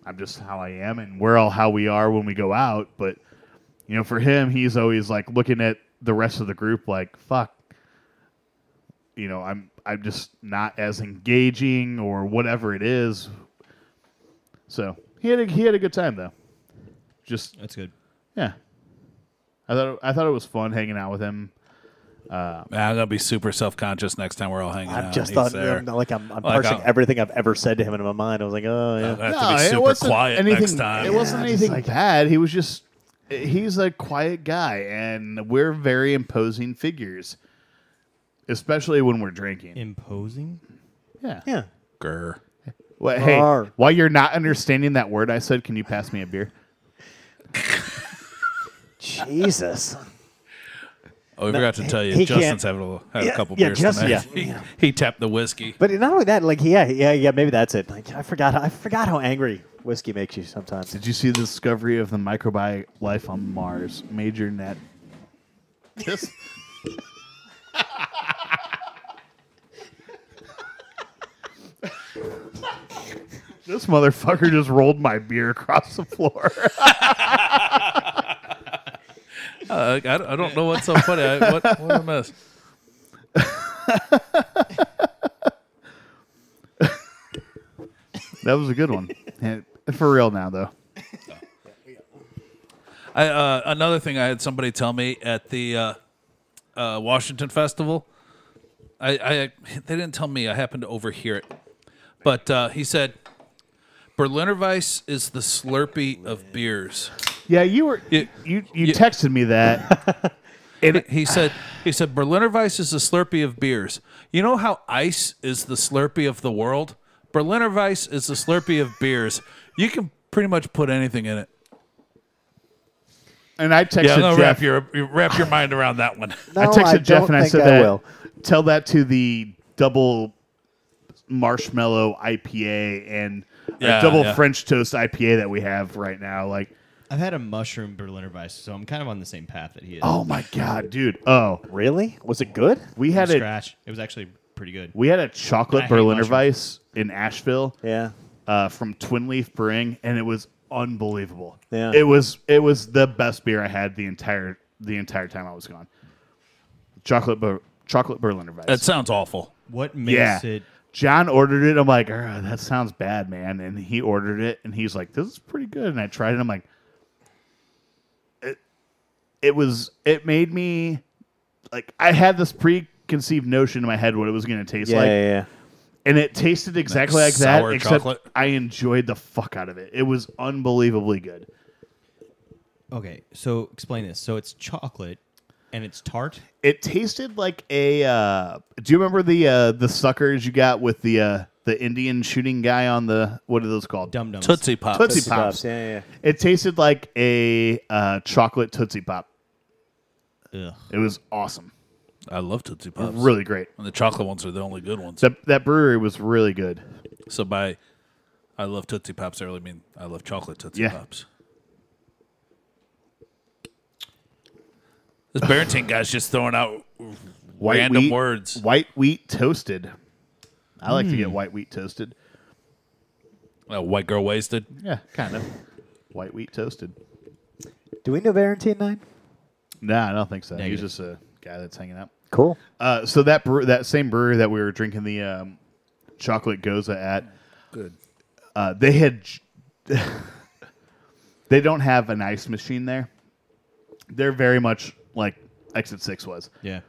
B: I'm just how I am, and we're all how we are when we go out. But you know, for him, he's always like looking at the rest of the group like, fuck, you know, I'm I'm just not as engaging or whatever it is. So he had a, he had a good time though. Just
D: That's good.
B: yeah, I thought it, I thought it was fun hanging out with him.
A: Man, I'm gonna be super self conscious next time we're all hanging out.
C: I'm just
A: and
C: on,
A: he's there.
C: I'm not- like I'm, I'm
A: Like,
C: parsing
A: I'm-
C: everything I've ever said to him in my mind. I was like, oh yeah.
A: I have to be super quiet
B: anything,
A: next time.
B: It wasn't
C: Yeah, just
B: anything
C: like-
B: bad. He was just he's a quiet guy, and we're very imposing figures, especially when we're drinking.
D: Imposing?
B: Yeah.
C: yeah.
A: Grr.
B: Well, hey,
C: Rawr.
B: while you're not understanding that word I said, can you pass me a beer?
C: Jesus.
A: Oh, we forgot to tell you,
C: he
A: Justin's
C: can't-
A: having a, little, had
C: Yeah,
A: a couple
C: yeah,
A: beers
C: Justin-
A: tonight.
C: yeah.
A: He, he tapped the whiskey.
C: But not only that, like yeah, yeah, yeah. Maybe that's it. Like I forgot, I forgot how angry whiskey makes you sometimes.
B: Did you see the discovery of the microbi life on Mars? Major net. This. This motherfucker just rolled my beer across the floor.
A: Uh, I, I don't know what's so funny. I, what, what a mess.
B: that was a good one. Yeah, For real now, though.
A: I, uh, another thing I had somebody tell me at the uh, uh, Washington Festival. I, I they didn't tell me. I happened to overhear it, but uh, he said, "Berliner Weiss is the Slurpee of beers."
B: Yeah, you were
A: You-
B: you you
A: you-
B: texted me that.
A: And he said, "He said Berliner Weiss is the Slurpee of beers. You know how ice is the Slurpee of the world. Berliner Weiss is the Slurpee of beers. You can pretty much put anything in it.
B: And I texted
A: Yeah, I'm gonna wrap
B: Jeff.
A: your wrap your mind around that one."
C: No,
B: I texted Jeff
C: Oh, don't
B: and I
C: think
B: said that.
C: will.
B: Tell that to the double marshmallow IPA and
A: Yeah,
B: uh, double
A: yeah.
B: French toast IPA that we have right now. Like,
D: I've had a mushroom Berliner Weiss, so I'm kind of on the same path that he is.
B: oh my god, dude! Oh,
C: Really? Was it good?
B: we
D: From
B: had a
D: scratch. It was actually pretty good.
B: we had a chocolate
D: I hate
B: Berliner
D: mushrooms.
B: Weiss in Asheville
C: Yeah.
B: uh, from Twin Leaf Brewing, and it was unbelievable.
C: Yeah.
B: it was it was the best beer I had the entire the entire time I was gone. Chocolate, Ber- chocolate Berliner Weiss.
A: That sounds awful.
D: What
B: Yeah.
D: makes it
B: John ordered it. I'm like, "Ugh, that sounds bad, man. And he ordered it, and he's like, this is pretty good. And I tried it. I'm like, it, it was, it made me, like, I had this preconceived notion in my head what it was going to taste
C: Yeah,
B: like,
C: yeah, yeah.
B: and it tasted exactly
A: Like
B: like that.
A: sour
B: Except
A: chocolate?
B: I enjoyed the fuck out of it. It was unbelievably good.
D: Okay, so explain this. So it's chocolate and it's tart.
B: It tasted like a. Uh, do you remember the uh, the suckers you got with the uh, the Indian shooting guy on the what are those called?
D: Dum dums.
A: Tootsie Pops.
B: Tootsie
C: Tootsie
B: Pops.
C: Pops, Yeah, yeah, yeah.
B: It tasted like a uh, chocolate Tootsie Pop.
D: Ugh.
B: It was awesome.
A: I love Tootsie Pops.
B: Really great.
A: And the chocolate ones are the only good ones.
B: That, that brewery was really good.
A: So by I love Tootsie Pops, I really mean I love chocolate Tootsie
B: Yeah.
A: Pops. This Barrington guy's just throwing out
B: White
A: Random
B: wheat,
A: words.
B: White wheat toasted. I like to get white wheat toasted.
A: uh, white girl wasted.
B: Yeah, kind of. White wheat toasted.
C: Do we know Barentine Nine?
B: Nah, I don't think so.
D: Negative.
B: He's just a guy that's hanging out.
C: Cool.
B: Uh, so that brew, that same brewery that we were drinking the um, chocolate goza at,
A: Good.
B: uh, they had j- they don't have an ice machine there. They're very much like Exit Six was.
D: Yeah.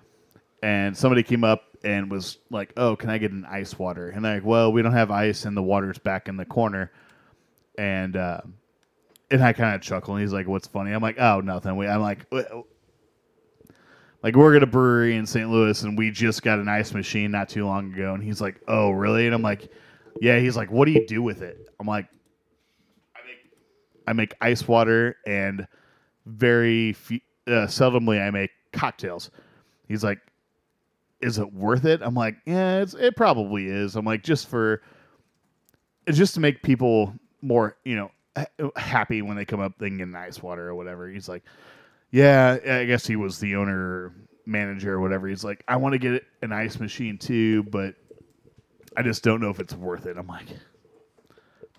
B: and somebody came up and was like, "Oh, can I get an ice water?" And they're like, "Well, we don't have ice, and the water's back in the corner." And uh, and I kind of chuckle, and he's like, "What's funny?" I'm like, "Oh, nothing." We, I'm like, "Wh- like we're at a brewery in St. Louis, and we just got an ice machine not too long ago." And he's like, "Oh, really?" And I'm like, "Yeah." He's like, "What do you do with it?" I'm like, "I make I make ice water, and very fe- uh, seldomly I make cocktails." He's like, is it worth it? I'm like, yeah, it's, it probably is. I'm like, just for, just to make people more, you know, ha- happy when they come up, they can get an ice water or whatever. He's like, yeah, I guess he was the owner, or manager or whatever. He's like, I want to get an ice machine too, but I just don't know if it's worth it. I'm like,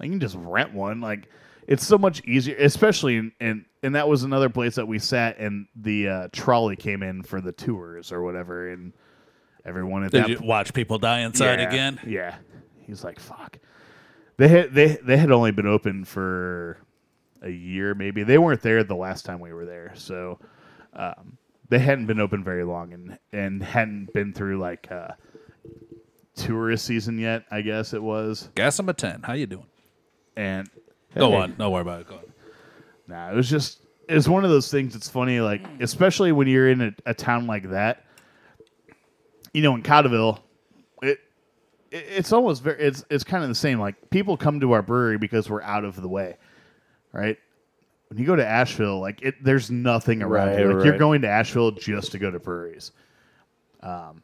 B: I can just rent one. Like, it's so much easier, especially in, in and that was another place that we sat, and the uh, trolley came in for the tours or whatever, and everyone at
A: Did
B: that
A: you watch people die inside
B: yeah,
A: again?
B: Yeah. He's like, fuck. They had they they had only been open for a year, maybe. They weren't there the last time we were there, so um, they hadn't been open very long and and hadn't been through like uh, tourist season yet. I guess it was,
A: Gas him a 10. How you doing?
B: and
A: Go on. Don't worry about it. Go on.
B: Nah, it was just it's one of those things that's funny, like especially when you're in a, a town like that. You know, in Cotterville, it, it it's almost very it's it's kind of the same. Like people come to our brewery because we're out of the way, right? When you go to Asheville, like it, there's nothing around.
C: Right,
B: you. Like you're
C: right.
B: going to Asheville just to go to breweries, um,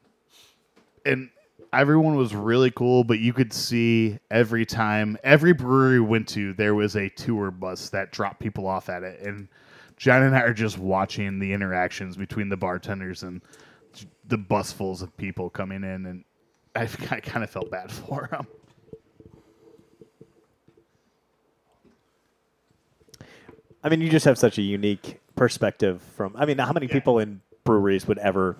B: and everyone was really cool. But you could see every time every brewery we went to, there was a tour bus that dropped people off at it, and John and I are just watching the interactions between the bartenders and the busfuls of people coming in, and I kind of felt bad for them.
C: I mean, you just have such a unique perspective from. I mean, how many people in breweries would ever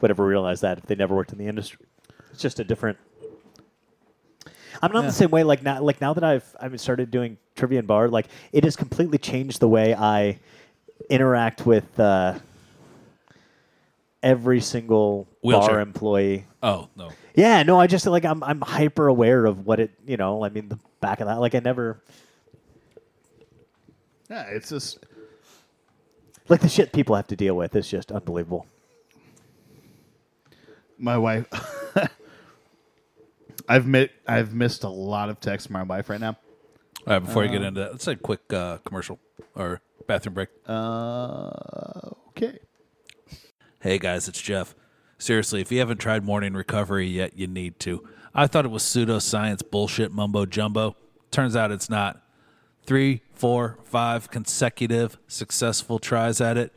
C: would ever realize that if they never worked in the industry? It's just a different. I'm not the same way. Like now, like now that I've I've started doing trivia and bar, like it has completely changed the way I interact with uh, every single
A: Wheelchair.
C: bar employee.
A: Oh, no.
C: Yeah, no, I just like I'm I'm hyper aware of what it you know. I mean, the back of that, like I never
B: Yeah, it's just
C: like the shit people have to deal with is just unbelievable.
B: my wife. I've met I've missed a lot of texts from my wife right now.
A: All right, before I get into that, let's take a quick uh, commercial or bathroom break.
B: Uh, okay.
A: Hey guys, it's Jeff. Seriously, if you haven't tried morning recovery yet, you need to. I thought it was pseudoscience bullshit mumbo jumbo. Turns out it's not. Three, four, five consecutive successful tries at it.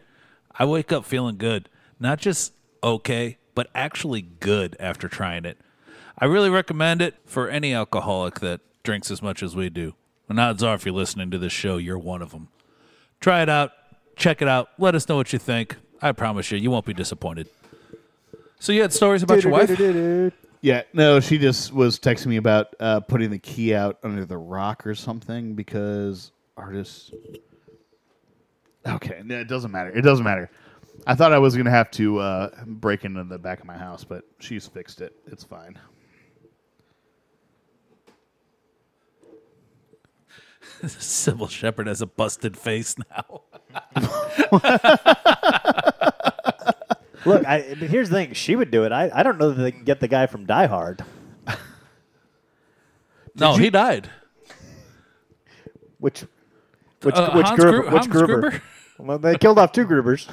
A: I wake up feeling good. Not just okay, but actually good after trying it. I really recommend it for any alcoholic that drinks as much as we do. And odds are, if you're listening to this show, you're one of them. Try it out. Check it out. Let us know what you think. I promise you, you won't be disappointed. So you had stories about your wife?
B: Yeah, no, she just was texting me about uh, putting the key out under the rock or something because artists. Okay, no, it doesn't matter. It doesn't matter. I thought I was gonna have to uh, break into the back of my house, but she's fixed it. It's fine.
A: Sybil Shepherd has a busted face now.
C: Look, I, but here's the thing. She would do it. I, I don't know that they can get the guy from Die Hard,
A: no, he died.
C: which which
A: Uh,
C: which
A: Hans
C: Gruber,
A: Gru-
C: which
A: Hans
C: Gruber.
A: Gruber?
C: Well, they killed off two Grubers.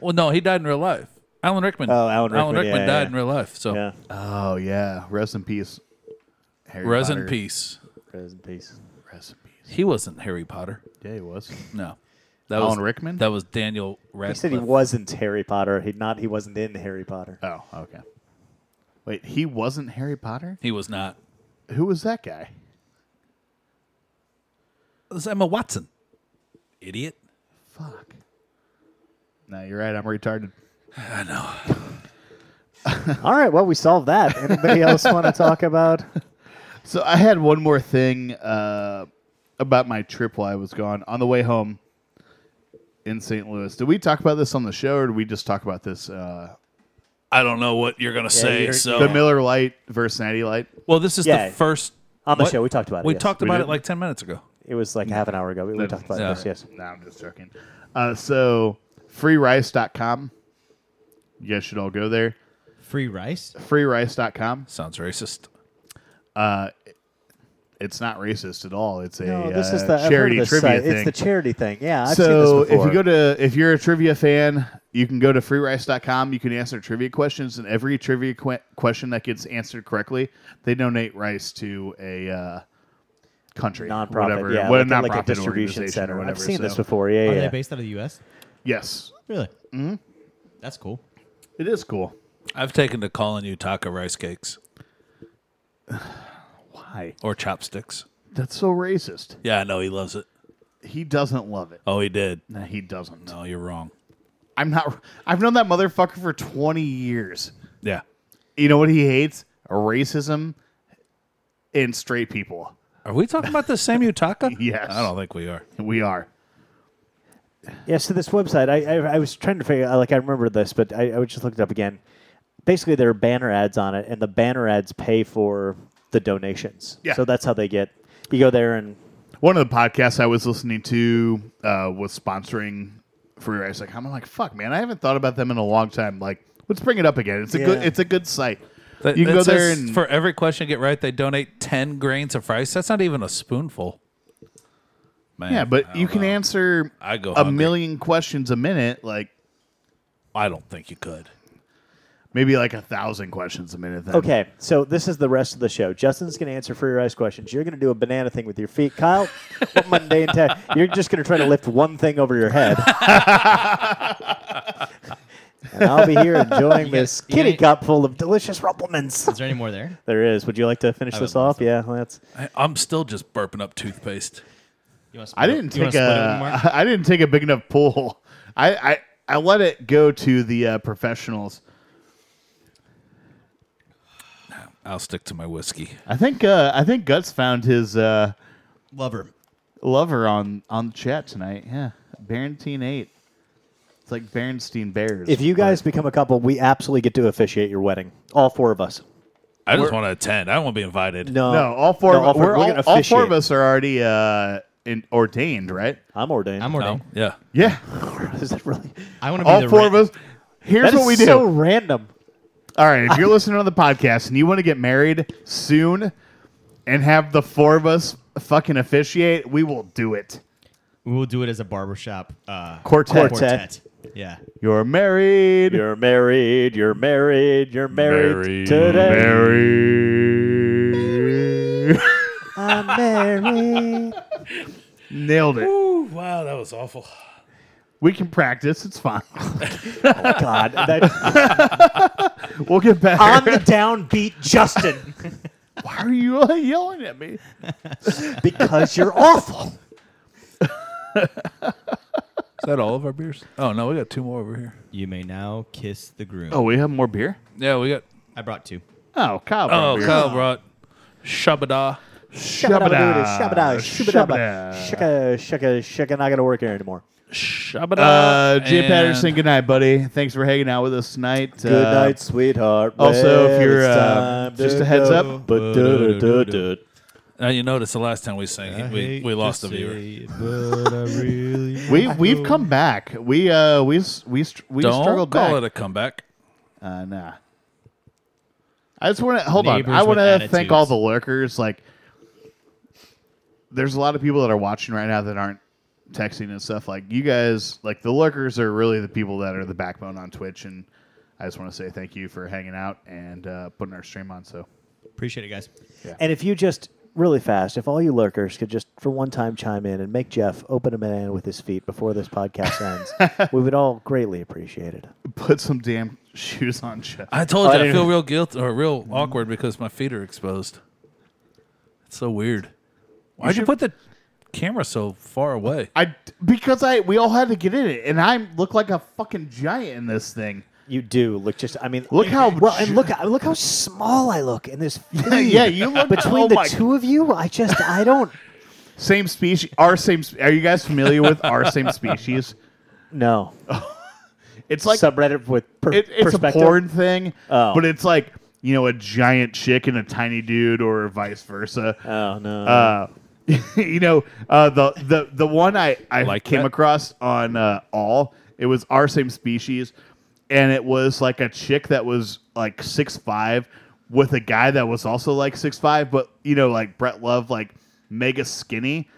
A: Well, no, he died in real life. Alan Rickman.
C: Oh, Alan
A: Alan
C: Rickman,
A: Rickman
C: yeah,
A: died
C: yeah.
A: in real life. So
C: yeah,
B: Oh yeah, rest in peace. Harry
A: res in
B: Potter.
A: peace.
C: rest in peace.
B: Rest in peace.
A: He wasn't Harry Potter.
B: Yeah, he was.
A: No, that was
B: Alan Rickman?
A: That was Daniel
C: He
A: Radcliffe.
C: said he wasn't Harry Potter. He not. He wasn't in Harry Potter.
B: Oh, okay. Wait, he wasn't Harry Potter?
A: He was not.
B: Who was that guy?
A: It was Emma Watson. Idiot.
B: Fuck. No, you're right. I'm retarded.
A: I know.
C: All right. Well, we solved that. Anybody else want to talk about?
B: So I had one more thing uh, about my trip while I was gone on the way home in St. Louis. Did we talk about this on the show, or did we just talk about this? Uh,
A: I don't know what you're gonna say.
C: you're-
A: so
B: The Miller Light versus Natty Light.
A: Well, this is
C: Yeah.
A: the first
C: On the
A: What?
C: show, we talked about it.
A: We
C: yes.
A: talked
B: We
A: about
B: did?
A: it like ten minutes ago.
C: It was like half an hour ago. We, we
B: No.
C: talked about
A: Yeah.
C: this. Yes.
B: No, I'm just joking. Uh, so freerice.com. You guys should all go there.
D: Free rice?
B: Freerice.com.
A: Sounds racist.
B: It's not racist at all. It's a
C: No, Oh, this
B: uh,
C: is the I've heard of
B: charity
C: this
B: trivia
C: site.
B: thing.
C: It's the charity thing. Yeah. I've seen
B: so
C: this
B: if
C: before.
B: you go to if you're a trivia fan you can go to freerice.com you can answer trivia questions and every trivia que- question that gets answered correctly they donate rice to a uh, country
C: nonprofit,
B: whatever
C: yeah,
B: what a
C: like,
B: nonprofit
C: a, like a distribution
B: organization
C: center.
B: or whatever
C: I've seen this
B: so-
C: before. Yeah,
D: Are
C: yeah.
D: they based out of the U.S.?
B: yes
D: Really? Mm-hmm. That's cool.
B: it is cool
A: I've taken to calling you taco rice cakes
B: why
A: or chopsticks.
B: that's so racist
A: Yeah, I know he loves it.
B: he doesn't love it
A: Oh, he did.
B: no he doesn't
A: No, you're wrong.
B: i'm not i've known that motherfucker for 20 years
A: Yeah.
B: you know what he hates racism and straight people
A: Are we talking about the same Utaka?
B: Yes.
A: I don't think we are.
B: we are
C: Yeah, so this website, I, I I was trying to figure out, like, I remember this, but I, I just looked it up again. Basically, there are banner ads on it, and the banner ads pay for the donations.
B: Yeah.
C: So that's how they get. You go there and
B: one of the podcasts I was listening to uh, was sponsoring Free Rice. Like I'm like, fuck, man, I haven't thought about them in a long time. Like, let's bring it up again. It's a good,
C: Yeah.
B: it's a good site.
A: That-
B: you can
A: that
B: go there
A: says
B: and
A: for every question you get right, they donate ten grains of rice. That's not even a spoonful. Man,
B: yeah,
A: I
B: but
A: don't
B: you can
A: know.
B: answer
A: I go
B: a
A: hungry.
B: million questions a minute. Like
A: I don't think you could.
B: maybe like a thousand questions a minute. Then.
C: Okay, so this is the rest of the show. Justin's going to answer free rice questions. You're going to do a banana thing with your feet. Kyle, what mundane task? You're just going to try to lift one thing over your head. and I'll be here enjoying this
D: you gotta-
C: kitty cup full of delicious rumplements.
D: Is there any more there?
C: There is. Would you like to finish
D: I
C: this
D: would love
C: off?
D: some.
C: Yeah, that's.
A: I, I'm still just burping up toothpaste.
D: You wanna
B: I
D: split it-
B: didn't
D: you wanna
B: take
D: split it with Mark?
B: a, I didn't take a big enough pull. I I, I let it go to the uh, professionals.
A: I'll stick to my whiskey.
B: I think uh, I think Guts found his uh,
D: lover.
B: lover on on the chat tonight. Yeah, Berentine Eight. It's like Berenstein Bears.
C: If you guys become a couple, we absolutely get to officiate your wedding. All four of us.
A: I just want to attend. I don't want to be invited.
C: No,
B: no, all four.
C: no,
B: of, we're all,
C: gonna
B: all four
C: officiate.
B: of us are already uh, in, ordained, right?
C: I'm ordained.
D: I'm ordained.
A: Yeah.
B: Yeah,
C: is that really?
D: I want to be
B: all
D: the
B: four
D: ra-
B: of us. Here's
C: That is
B: what we do.
C: so random.
B: All right, if you're listening on the podcast and you want to get married soon, and have the four of us fucking officiate, we will do it.
D: We will do it as a barbershop uh,
B: Quartet.
D: quartet. Yeah.
B: You're married.
C: You're married. You're married. You're married,
A: Married.
C: today.
B: married.
C: I'm married.
B: Nailed it.
A: wow, that was awful.
B: We can practice. It's fine.
C: God, that,
B: We'll get better.
C: on the downbeat, Justin,
B: Why are you uh, yelling at me?
C: because you're awful.
A: Is that all of our beers? Oh no, we got two more over here.
D: You may now kiss the groom.
B: Oh, we have more beer.
A: Yeah, we got.
D: I brought two.
B: Oh, Kyle.
A: Oh,
B: brought beer.
A: Kyle brought Shabada.
B: Shabada.
C: Shabada, shabada,
B: Shabada.
C: shaka, shaka, shaka. Not gonna work here anymore.
A: Shabada.
B: Uh, Jay
A: and-
B: Patterson. Good night, buddy. Thanks for hanging out with us tonight.
C: Good
B: Uh,
C: night, sweetheart.
B: also, if
C: Well,
B: you're,
C: it's
B: uh,
C: time to
B: just a heads
C: go.
B: up.
C: But do, do, do, do.
A: Now you noticed the last time we sang, he- we, we lost a viewer.
D: but I really
B: We we've come back. We uh we s- we str- we
A: Don't
B: struggled
A: call
B: back.
A: it a comeback.
B: Uh, nah. I just want to hold on.
D: Neighbors
B: I
D: with
B: want to thank all
D: attitudes.
B: the lurkers. Like, there's a lot of people that are watching right now that aren't texting and stuff. Like, you guys, like the lurkers are really the people that are the backbone on Twitch, and I just want to say thank you for hanging out and uh, putting our stream on. So,
D: appreciate it, guys.
C: And if you just really fast, if all you lurkers could just for one time chime in and make Jeff open a banana with his feet before this podcast ends, we would all greatly appreciate it.
B: put some damn shoes on, Jeff.
A: I told
C: I
A: you I,
C: didn't-
A: feel real guilt or real awkward because my feet are exposed. It's so weird. Why'd you,
B: should-
A: put the camera so far away?
B: I because I we all had to get in it, and I look like a fucking giant in this thing.
C: You do look just. I mean,
B: Look how
C: well, and look look how small I look in this. feed.
B: yeah, you look
C: between
B: oh
C: the
B: my-
C: two of you. I just I don't.
B: Same species. Our same. sp- Are you guys familiar with our same species?
C: No
B: It's like
C: subreddit with per,
B: it, it's a
C: perspective.
B: porn thing,
C: Oh.
B: but it's like you know a giant chick and a tiny dude, or vice versa.
C: Oh no.
B: Uh, you know uh, the the the one I I
A: Like
B: came
A: that?
B: across on uh, all it was our same species, and it was like a chick that was like six five with a guy that was also like six five, but you know like Brett Love like mega skinny,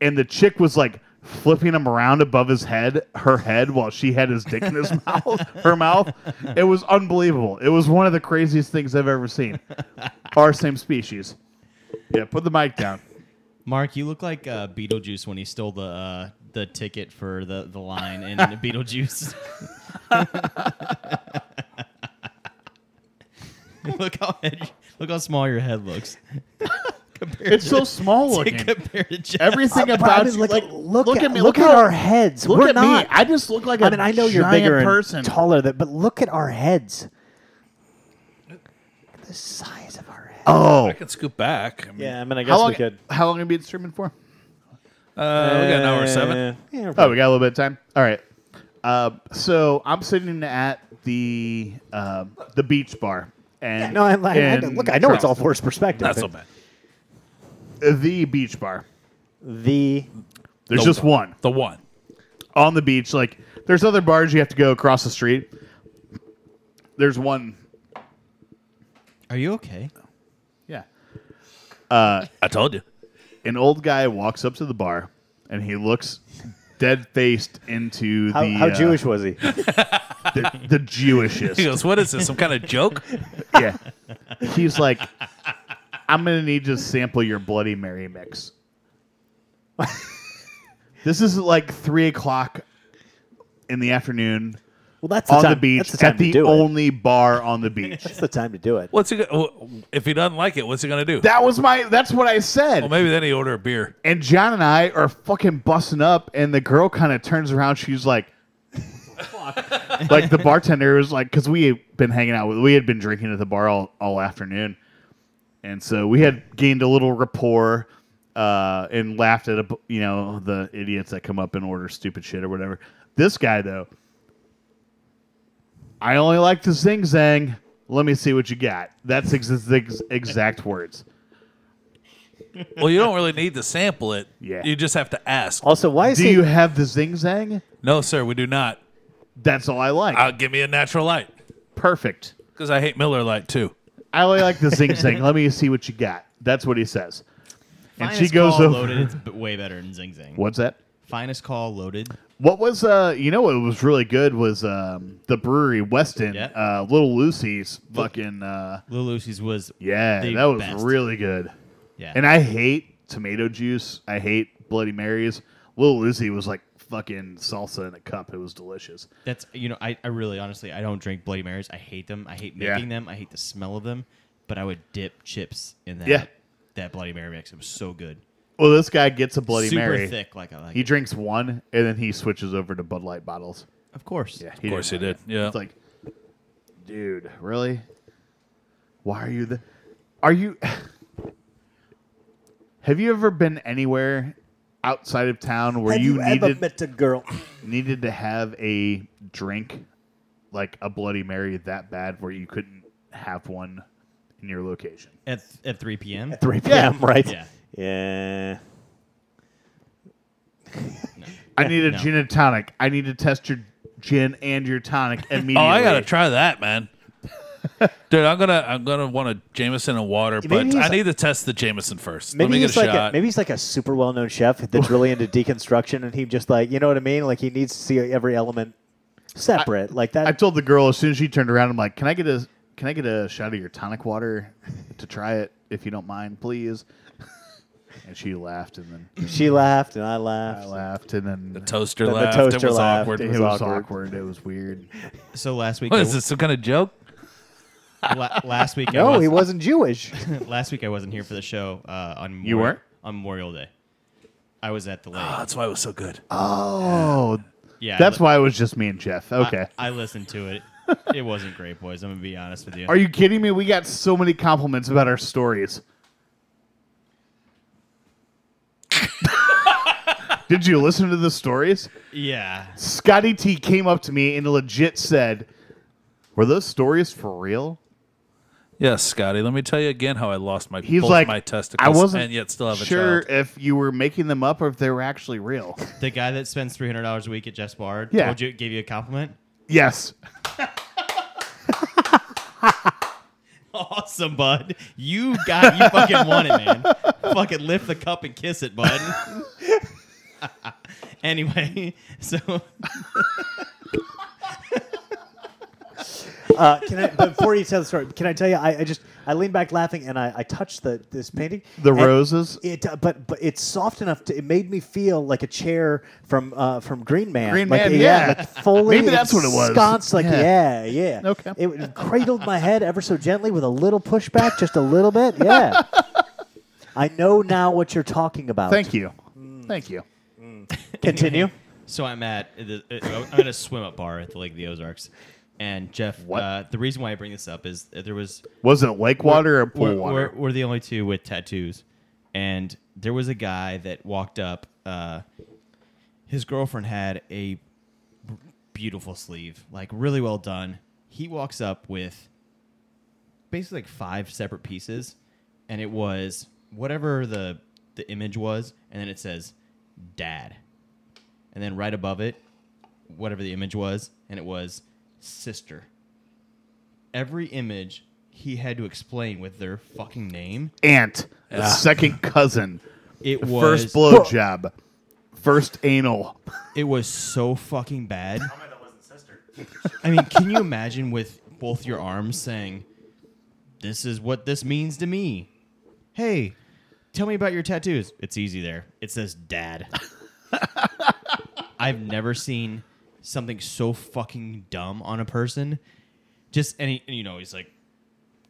B: and the chick was like flipping him around above his head, her head, while she had his dick in his mouth, her mouth. It was unbelievable. It was one of the craziest things I've ever seen. Our same species. Yeah, put the mic down.
D: Mark, you look like uh, Beetlejuice when he stole the uh, the ticket for the, the line in Beetlejuice. look how head, look how small your head looks. compared
B: It's so small looking.
D: compared to Jeff.
B: Everything
C: But I
B: about
C: mean,
B: you,
C: like,
B: like,
C: look, at,
B: me,
C: look,
B: look,
C: at
B: how-
C: our heads.
B: Look
C: We're
B: at
C: not.
B: me. I just look like a
C: I mean, I know you're
B: giant
C: bigger
B: person.
C: and taller, than, but look at our heads. Look at The size of our heads.
B: Oh,
A: I can scoop back. I mean,
C: yeah, I mean, I guess
B: how long?
C: we could.
B: How long have you been streaming for?
A: Uh, we got an hour seven.
C: Uh, yeah,
B: Oh, we got a little bit of time. All right. Uh, so I'm sitting at the uh, the beach bar, and
C: no, I, I, I,
B: in
C: look, I know it's all
B: Charleston.
C: forced perspective.
A: Not so bad.
B: Uh, the beach bar.
C: The
B: There's
A: The
B: just one
A: The one.
B: on the beach. Like there's other bars you have to go across the street. There's one.
D: Are you okay?
B: Yeah.
A: I told you.
B: An old guy walks up to the bar, and he looks dead faced into
C: how,
B: the
C: how
B: uh,
C: Jewish was he?
B: the, the Jewishest.
A: He goes, "What is this? Some kind of joke?"
B: yeah. He's like, I'm gonna need you to sample your Bloody Mary mix. this is like three o'clock in the afternoon
C: Well, that's the
B: on
C: time,
B: the beach
C: That's the time
B: at
C: to
B: the
C: do it.
B: only bar on the beach.
C: That's the time to do it.
A: What's he? Go- if he doesn't like it, what's he gonna do?
B: that was my. That's what I said.
A: well, maybe then he order a beer.
B: and John and I are fucking busting up, and the girl kind of turns around. She's like. like the bartender was like, because we had been hanging out with, we had been drinking at the bar all, all afternoon, and so we had gained a little rapport uh, and laughed at a, bu- you know the idiots that come up and order stupid shit or whatever. This guy though, I only like to zing zang. Let me see what you got. That's ex- ex- exact words.
A: Well, you don't really need to sample it.
B: Yeah.
A: You just have to ask.
C: Also, why is
B: Do
C: he?
B: you have the zing zang?
A: No, sir, we do not.
B: That's all I like.
A: Uh, give me a natural light
B: Perfect.
A: because I hate Miller Light too.
B: I only like the zing zang. Let me see what you got. That's what he says. and she
D: Finest
B: goes
D: call
B: over.
D: loaded. It's b- way better than Zing Zing.
B: What's that?
D: Finest call loaded.
B: What was uh? You know what was really good was um the brewery Weston,
D: Yeah.
B: uh, Little Lucy's fucking uh
D: Little Lucy's was
B: yeah,
D: the
B: that was
D: best.
B: really good.
D: yeah.
B: And I hate tomato juice. I hate Bloody Marys. Little Lucy was like fucking salsa in a cup. It was delicious.
D: That's you know, I, I really honestly I don't drink Bloody Marys. I hate them. I hate
B: Yeah.
D: making them. I hate the smell of them. But I would dip chips in that
B: Yeah.
D: that Bloody Mary mix. It was so good.
B: Well, this guy gets a Bloody
D: Super
B: Mary.
D: thick, like I like.
B: He
D: it.
B: drinks one and then he switches over to Bud Light bottles.
D: Of course.
B: Yeah,
A: Of course he
B: didn't like
A: did. Yeah.
B: It's like, dude, really? Why are you the? Are you? have you ever been anywhere outside of town where
C: Have
B: you,
C: ever
B: needed
C: met a girl?
B: needed to have a drink, like a Bloody Mary, that bad where you couldn't have one in your location?
D: At at three p.m.
C: At 3 p.m. Right?
D: Yeah.
C: Yeah.
B: I need a
D: No.
B: gin and tonic. I need to test your gin and your tonic immediately.
A: Oh, I gotta try that, man. Dude, I'm gonna I'm gonna want a Jameson and water, but
C: he's
A: I
C: like-
A: need to test the Jameson first. Let
C: Maybe
A: me get
C: he's
A: a
C: like
A: shot.
C: a, maybe he's like a super well known chef that's really into deconstruction, and he just like you know what I mean. Like he needs to see every element separate, like that.
B: I told the girl as soon as she turned around, I'm like, "Can I get a can I get a shot of your tonic water to try it if you don't mind, please?" And she laughed, and then
C: she laughed and I laughed.
B: I laughed, and then
A: the toaster
C: The- the
A: laughed.
C: toaster
A: it was
C: laughed.
A: awkward.
B: it
C: was
B: was
C: awkward.
B: awkward. It was weird.
D: So last week,
A: What
D: I-
A: is this? Some kind of joke?
D: la- last week, I
C: No, he
D: was,
C: wasn't Jewish.
D: last week I wasn't here for the show. Uh, on
B: You
D: Memorial-
B: weren't?
D: on Memorial Day. I was at the lake.
A: Oh, that's why it was so good.
C: Uh,
B: Oh,
D: yeah,
B: that's
D: I, li-
B: why it was just me and Jeff. Okay.
D: I, I listened to it. It wasn't great, boys. I'm gonna be honest with you.
B: Are you kidding me? We got so many compliments about our stories. Did you listen to the stories?
D: yeah.
B: Scotty T came up to me and legit said, "Were those stories for real?"
A: Yes, Scotty. Let me tell you again how I lost my
B: He's
A: both
B: like,
A: my testicles
B: I wasn't
A: and yet still have a
B: sure
A: child.
B: if you were making them up or if they were actually real.
D: The guy that spends three hundred dollars a week at Jeff's Bar
B: Yeah.
D: told you, gave you a compliment.
B: yes,
D: Awesome, bud. You got you fucking won it, man. fucking lift the cup and kiss it, bud. anyway, so
C: Uh, can I, but before you tell the story, can I tell you? I, I just I leaned back laughing and I, I touched the this painting.
B: The
C: and
B: roses?
C: It uh, but but it's soft enough to it made me feel like a chair from uh, from Green Man.
B: Green
C: like,
B: Man, yeah.
C: like fully.
B: Maybe that's what it was.
C: Sconce like yeah.
B: Yeah.
C: yeah
B: Okay.
C: It cradled my head ever so gently with a little pushback, just a little bit. Yeah. I know now what you're talking about.
B: thank you,
A: Mm.
B: thank you.
C: Continue.
D: so I'm at the, uh, I'm at a swim up bar at the Lake of the Ozarks, and Jeff.
B: What?
D: Uh, the reason why I bring this up is that there was
B: Was it lake water or pool
D: we're,
B: water?
D: We're, we're the only two with tattoos, and there was a guy that walked up. Uh, his girlfriend had a beautiful sleeve, like really well done. He walks up with basically like five separate pieces, and it was whatever the the image was, and then it says "dad," and then right above it, whatever the image was, and it was "sister." Every image he had to explain with their fucking name.
B: Aunt,
A: Ah.
B: the second cousin,
D: It was
B: first blowjob, first anal.
D: It was so fucking bad. I mean, can you imagine with both your arms saying, "This is what this means to me." Hey, tell me about your tattoos. It's easy there. It says "Dad." I've never seen something so fucking dumb on a person. Just any, you know, he's like,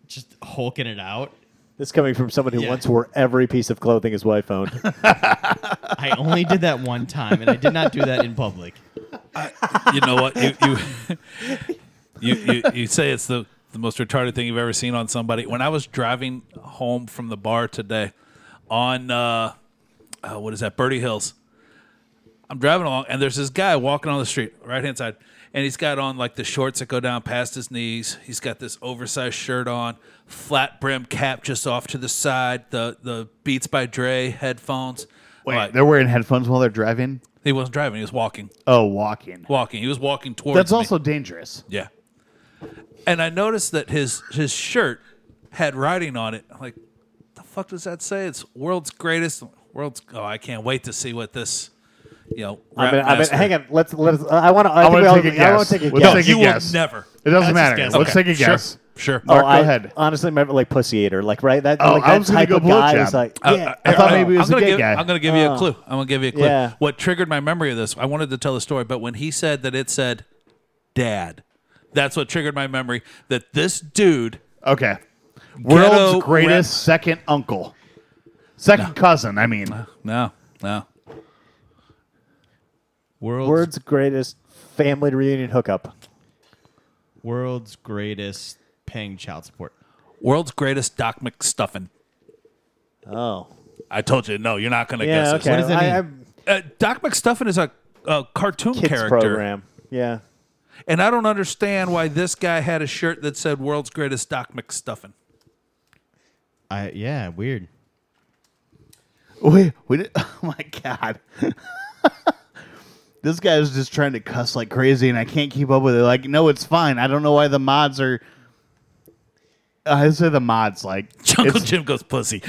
D: just hulking it out.
C: This coming from someone who
D: Yeah.
C: once wore every piece of clothing his wife owned.
D: I only did that one time, and I did not do that in public.
A: you know what? You you, you you you say it's the the most retarded thing you've ever seen on somebody. When I was driving home from the bar today, on uh, uh, what is that, Birdie Hills? I'm driving along, and there's this guy walking on the street, right hand side, and he's got on like the shorts that go down past his knees. He's got this oversized shirt on, flat brim cap just off to the side, the the Beats by Dre headphones.
B: Wait,
A: Like,
B: they're wearing headphones while they're driving?
A: he wasn't driving; he was walking,
B: Oh, walking.
A: walking. He was walking towards.
B: That's
A: me.
B: also dangerous.
A: Yeah. And I noticed that his his shirt had writing on it. I'm like, the fuck does that say? It's world's greatest world's oh, I can't wait to see what this you know
C: I
A: rap
C: mean, I mean,
A: master-
C: hang on. Let's let's. uh, I want to. I,
B: wanna
C: think we all
B: take a
C: agree- I want
B: guess.
C: to take a
B: We'll
C: guess.
B: take a
A: You will
B: guess.
A: never.
B: It doesn't
D: That's
B: matter.
D: his guess.
B: Let's
A: Okay,
B: take a
A: sure,
B: guess.
A: Sure.
B: Mark,
C: oh,
B: go
C: I
B: ahead.
C: honestly remember like pussy eater, like right that,
B: Oh,
C: like,
B: I
C: that
B: was gonna
C: type
B: go
C: of guy
B: blowjob.
C: is like
A: Uh,
C: yeah.
B: I thought maybe it was
A: I'm
B: a
A: gonna
B: gay
A: give,
B: guy.
A: I'm going to give you a
C: Oh.
A: clue. I'm going to give you a clue.
C: Yeah.
A: What triggered my memory of this? I wanted to tell a story, but when he said that it said "dad," that's what triggered my memory that this dude
B: Okay. World's
A: Ghetto
B: greatest
A: rap-
B: second uncle. Second cousin, I mean.
A: no, no.
D: World's,
C: World's greatest family reunion hookup.
D: world's greatest paying child support.
A: World's greatest Doc McStuffin.
C: Oh,
A: I told you, no, you're not going to
C: yeah.
A: guess
C: okay.
A: this.
D: What does that
C: I,
D: mean?
C: I-
A: Uh, Doc McStuffin is a, a cartoon
C: kids
A: character,
C: program. Yeah.
A: and I don't understand why this guy had a shirt that said "World's Greatest Doc McStuffin."
D: I yeah, weird.
B: Wait, we did, oh my god. this guy is just trying to cuss like crazy and I can't keep up with it. Like, no, it's fine. I don't know why the mods are uh, I say the mods like
A: Jungle
B: it's-
A: Jim goes pussy.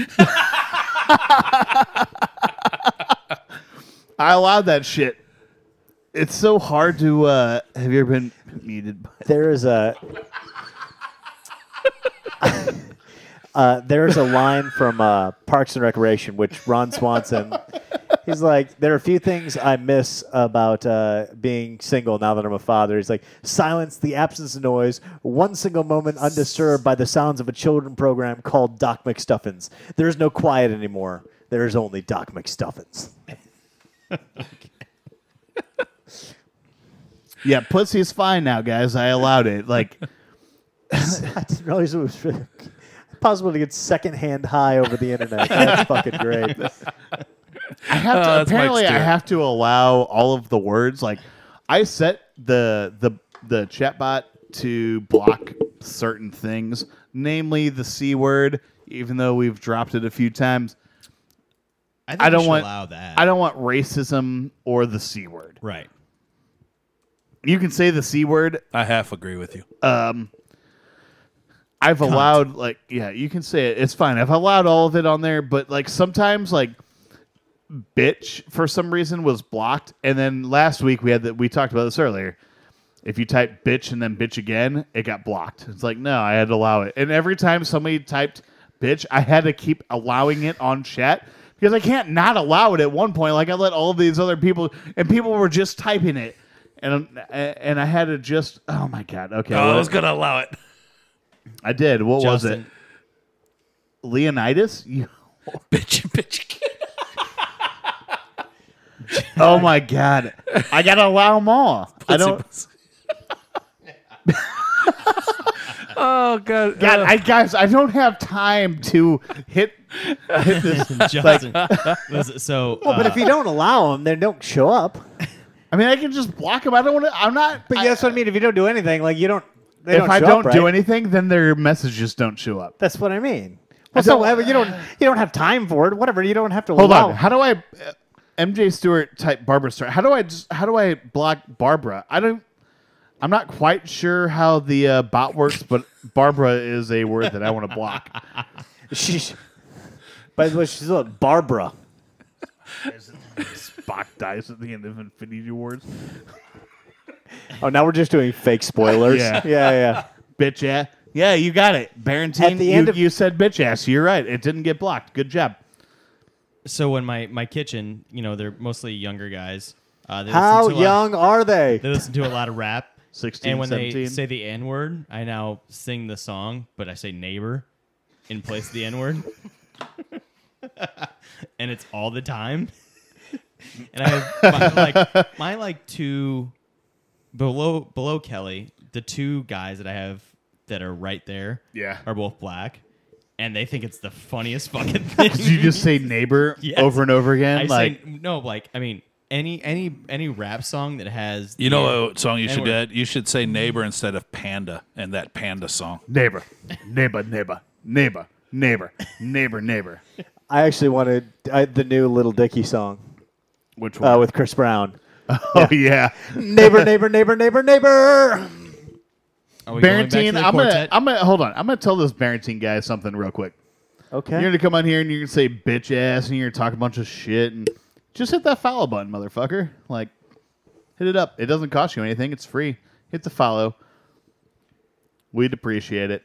B: I allowed that shit. It's so hard to uh have you ever been muted by
C: There is a. Uh, there's a line from uh, Parks and Recreation, which Ron Swanson, he's like, there are a few things I miss about uh, being single now that I'm a father. He's like, silence, the absence of noise, one single moment undisturbed by the sounds of a children program called Doc McStuffins. There is no quiet anymore. There is only Doc McStuffins.
B: Yeah, pussy is fine now, guys. I allowed it. Like
C: I didn't realize it was really possible to get secondhand high over the internet. That's fucking great.
B: I have to,
A: Uh, that's Mike
B: apparently I
A: Stewart.
B: have to allow all of the words. Like I set the the the chatbot to block certain things, namely the c word. Even though we've dropped it a few times,
D: I, think
B: I
D: we
B: don't
D: should
B: want-
D: allow that.
B: I don't want racism or the c word.
D: Right.
B: You can say the c word.
A: I half agree with you.
B: I've allowed like yeah, you can say it. It's fine. I've allowed all of it on there, but like sometimes like bitch for some reason was blocked and then last week we had that we talked about this earlier. If you type bitch and then bitch again, it got blocked. It's like, no, I had to allow it. And every time somebody typed bitch, I had to keep allowing it on chat because I can't not allow it at one point. Like I let all of these other people and people were just typing it. And and I had to just oh my god okay
A: Oh, I
B: well,
A: was going to allow it.
B: I did what was it
D: Justin,
B: Leonidas? You,
A: bitch, bitch.
B: oh my god! I gotta allow more.
A: pussy,
B: I don't.
A: pussy.
E: Oh god.
B: God,
E: Uh,
B: I guys, I don't have time to hit hit this.
D: Justin. listen, so uh,
C: but if you don't allow them, they don't show up.
B: I mean, I can just block them. I don't want to. I'm not.
C: But
B: I-
C: yes, what I mean. If you don't do anything, like you don't. They
B: if
C: don't
B: I
C: show
B: don't
C: up,
B: do
C: right?
B: anything, then their messages don't show up.
C: that's what I mean. Well, so
B: don't-
C: whatever, you don't you don't have time for it. Whatever, you don't have to.
B: Hold
C: allow
B: on. How do I uh, MJ Stewart type Barbara Stewart? How do I just how do I block Barbara? I don't I'm not quite sure how the uh, bot works, but Barbara is a word that I want to block.
C: She's, by the way, she's a Barbara.
B: Spock dies at the end of Infinity Wars.
C: Oh, now we're just doing fake spoilers.
B: Yeah.
C: yeah, yeah.
B: Bitch ass. Yeah, you got it. Barentine,
C: At the
B: you,
C: end of-
B: you said bitch ass. You're right. It didn't get blocked. Good job.
D: so when my my kitchen, you know, they're mostly younger guys. Uh, they listen
C: How
D: to a lot-
C: young are they?
D: they listen to a lot of rap.
B: 16,
D: And when they
B: 17.
D: say the N word, I now sing the song, but I say neighbor in place of the N word. and it's all the time. and I have my, like my like two below below Kelly, the two guys that I have that are right there
B: Yeah.
D: are both black. And they think it's the funniest fucking thing.
B: Did you just say neighbor
D: Yes.
B: over and over again?
D: I
B: like
D: say no, like I mean any any any rap song that has
A: You know what song you should
D: N-word.
A: get? You should say neighbor instead of panda and that panda song.
B: neighbor, neighbor, neighbor, neighbor, neighbor, neighbor, neighbor.
C: I actually wanted I, the new Little Dicky song
B: Which one?
C: uh, with Chris Brown.
B: oh yeah.
C: neighbor, neighbor, neighbor, neighbor, neighbor.
D: Are we going back to
B: Barentine,
D: the
B: I'm gonna,
D: quartet?
B: I'm gonna hold on. I'm gonna tell this Barentine guy something real quick.
C: Okay.
B: You're gonna come on here and you're gonna say bitch ass and you're gonna talk a bunch of shit and just hit that follow button, motherfucker. Like, hit it up. It doesn't cost you anything. It's free. Hit the follow. We'd appreciate it.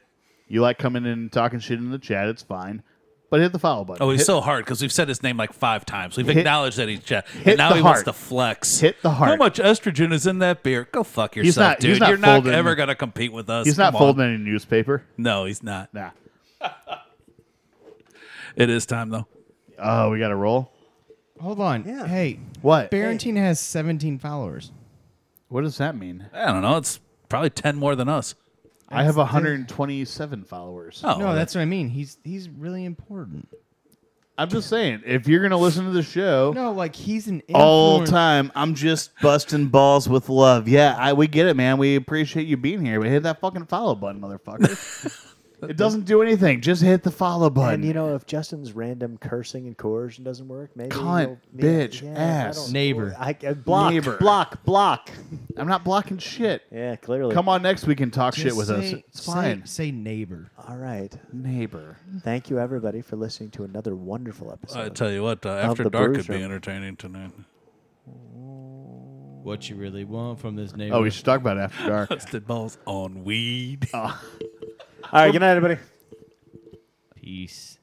B: You like coming in and talking shit in the chat? It's fine, but hit the follow button.
A: Oh,
B: hit,
A: he's so hard because we've said his name like five times. We've acknowledged that he's Jeff.
B: hit
A: And now
B: the
A: he
B: heart.
A: wants to flex.
B: Hit the
A: How
B: heart.
A: much estrogen is in that beer? Go fuck yourself,
B: not-
A: dude.
B: he's not
A: You're not
B: folding-
A: ever going to compete with us.
B: he's not
A: Come on.
B: folding any newspaper.
A: No, he's not.
B: Nah.
A: It is time, though.
B: Oh, we gotta roll.
D: Hold on.
C: Yeah.
D: Hey,
B: What?
D: Barentine has 17 followers.
B: What does that mean?
A: I don't know. It's probably 10 more than us.
B: I have 127 followers.
A: Oh,
D: no, that's what I mean. He's he's really important.
B: I'm just saying, if you're gonna listen to the show,
D: No, like he's an
B: all
D: influence-
B: time. I'm just busting balls with love. Yeah, I, we get it, man. We appreciate you being here, but hit that fucking follow button, motherfucker. it doesn't do anything. Just hit the follow button.
C: and you know, if Justin's random cursing and coercion doesn't work, maybe
B: Cunt,
C: you'll- maybe-
B: bitch,
C: yeah, I
B: ass.
C: don't-
D: Neighbor.
C: I, I, block,
B: Neighbor.
C: block, block.
B: I'm not blocking shit.
C: Yeah, clearly.
B: Come on next week and talk
D: Just
B: shit with us.
D: say-
B: It's
D: say-
B: fine.
D: Say neighbor.
C: All right.
B: Neighbor.
C: Thank you, everybody, for listening to another wonderful episode.
A: I tell you what, uh, After
C: the
A: Dark
C: Brews
A: could be
C: Room.
A: entertaining tonight.
D: What you really want from this neighbor?
B: Oh, we should talk about after dark.
A: Busted balls on weed.
C: All right. Good night, everybody.
D: Peace.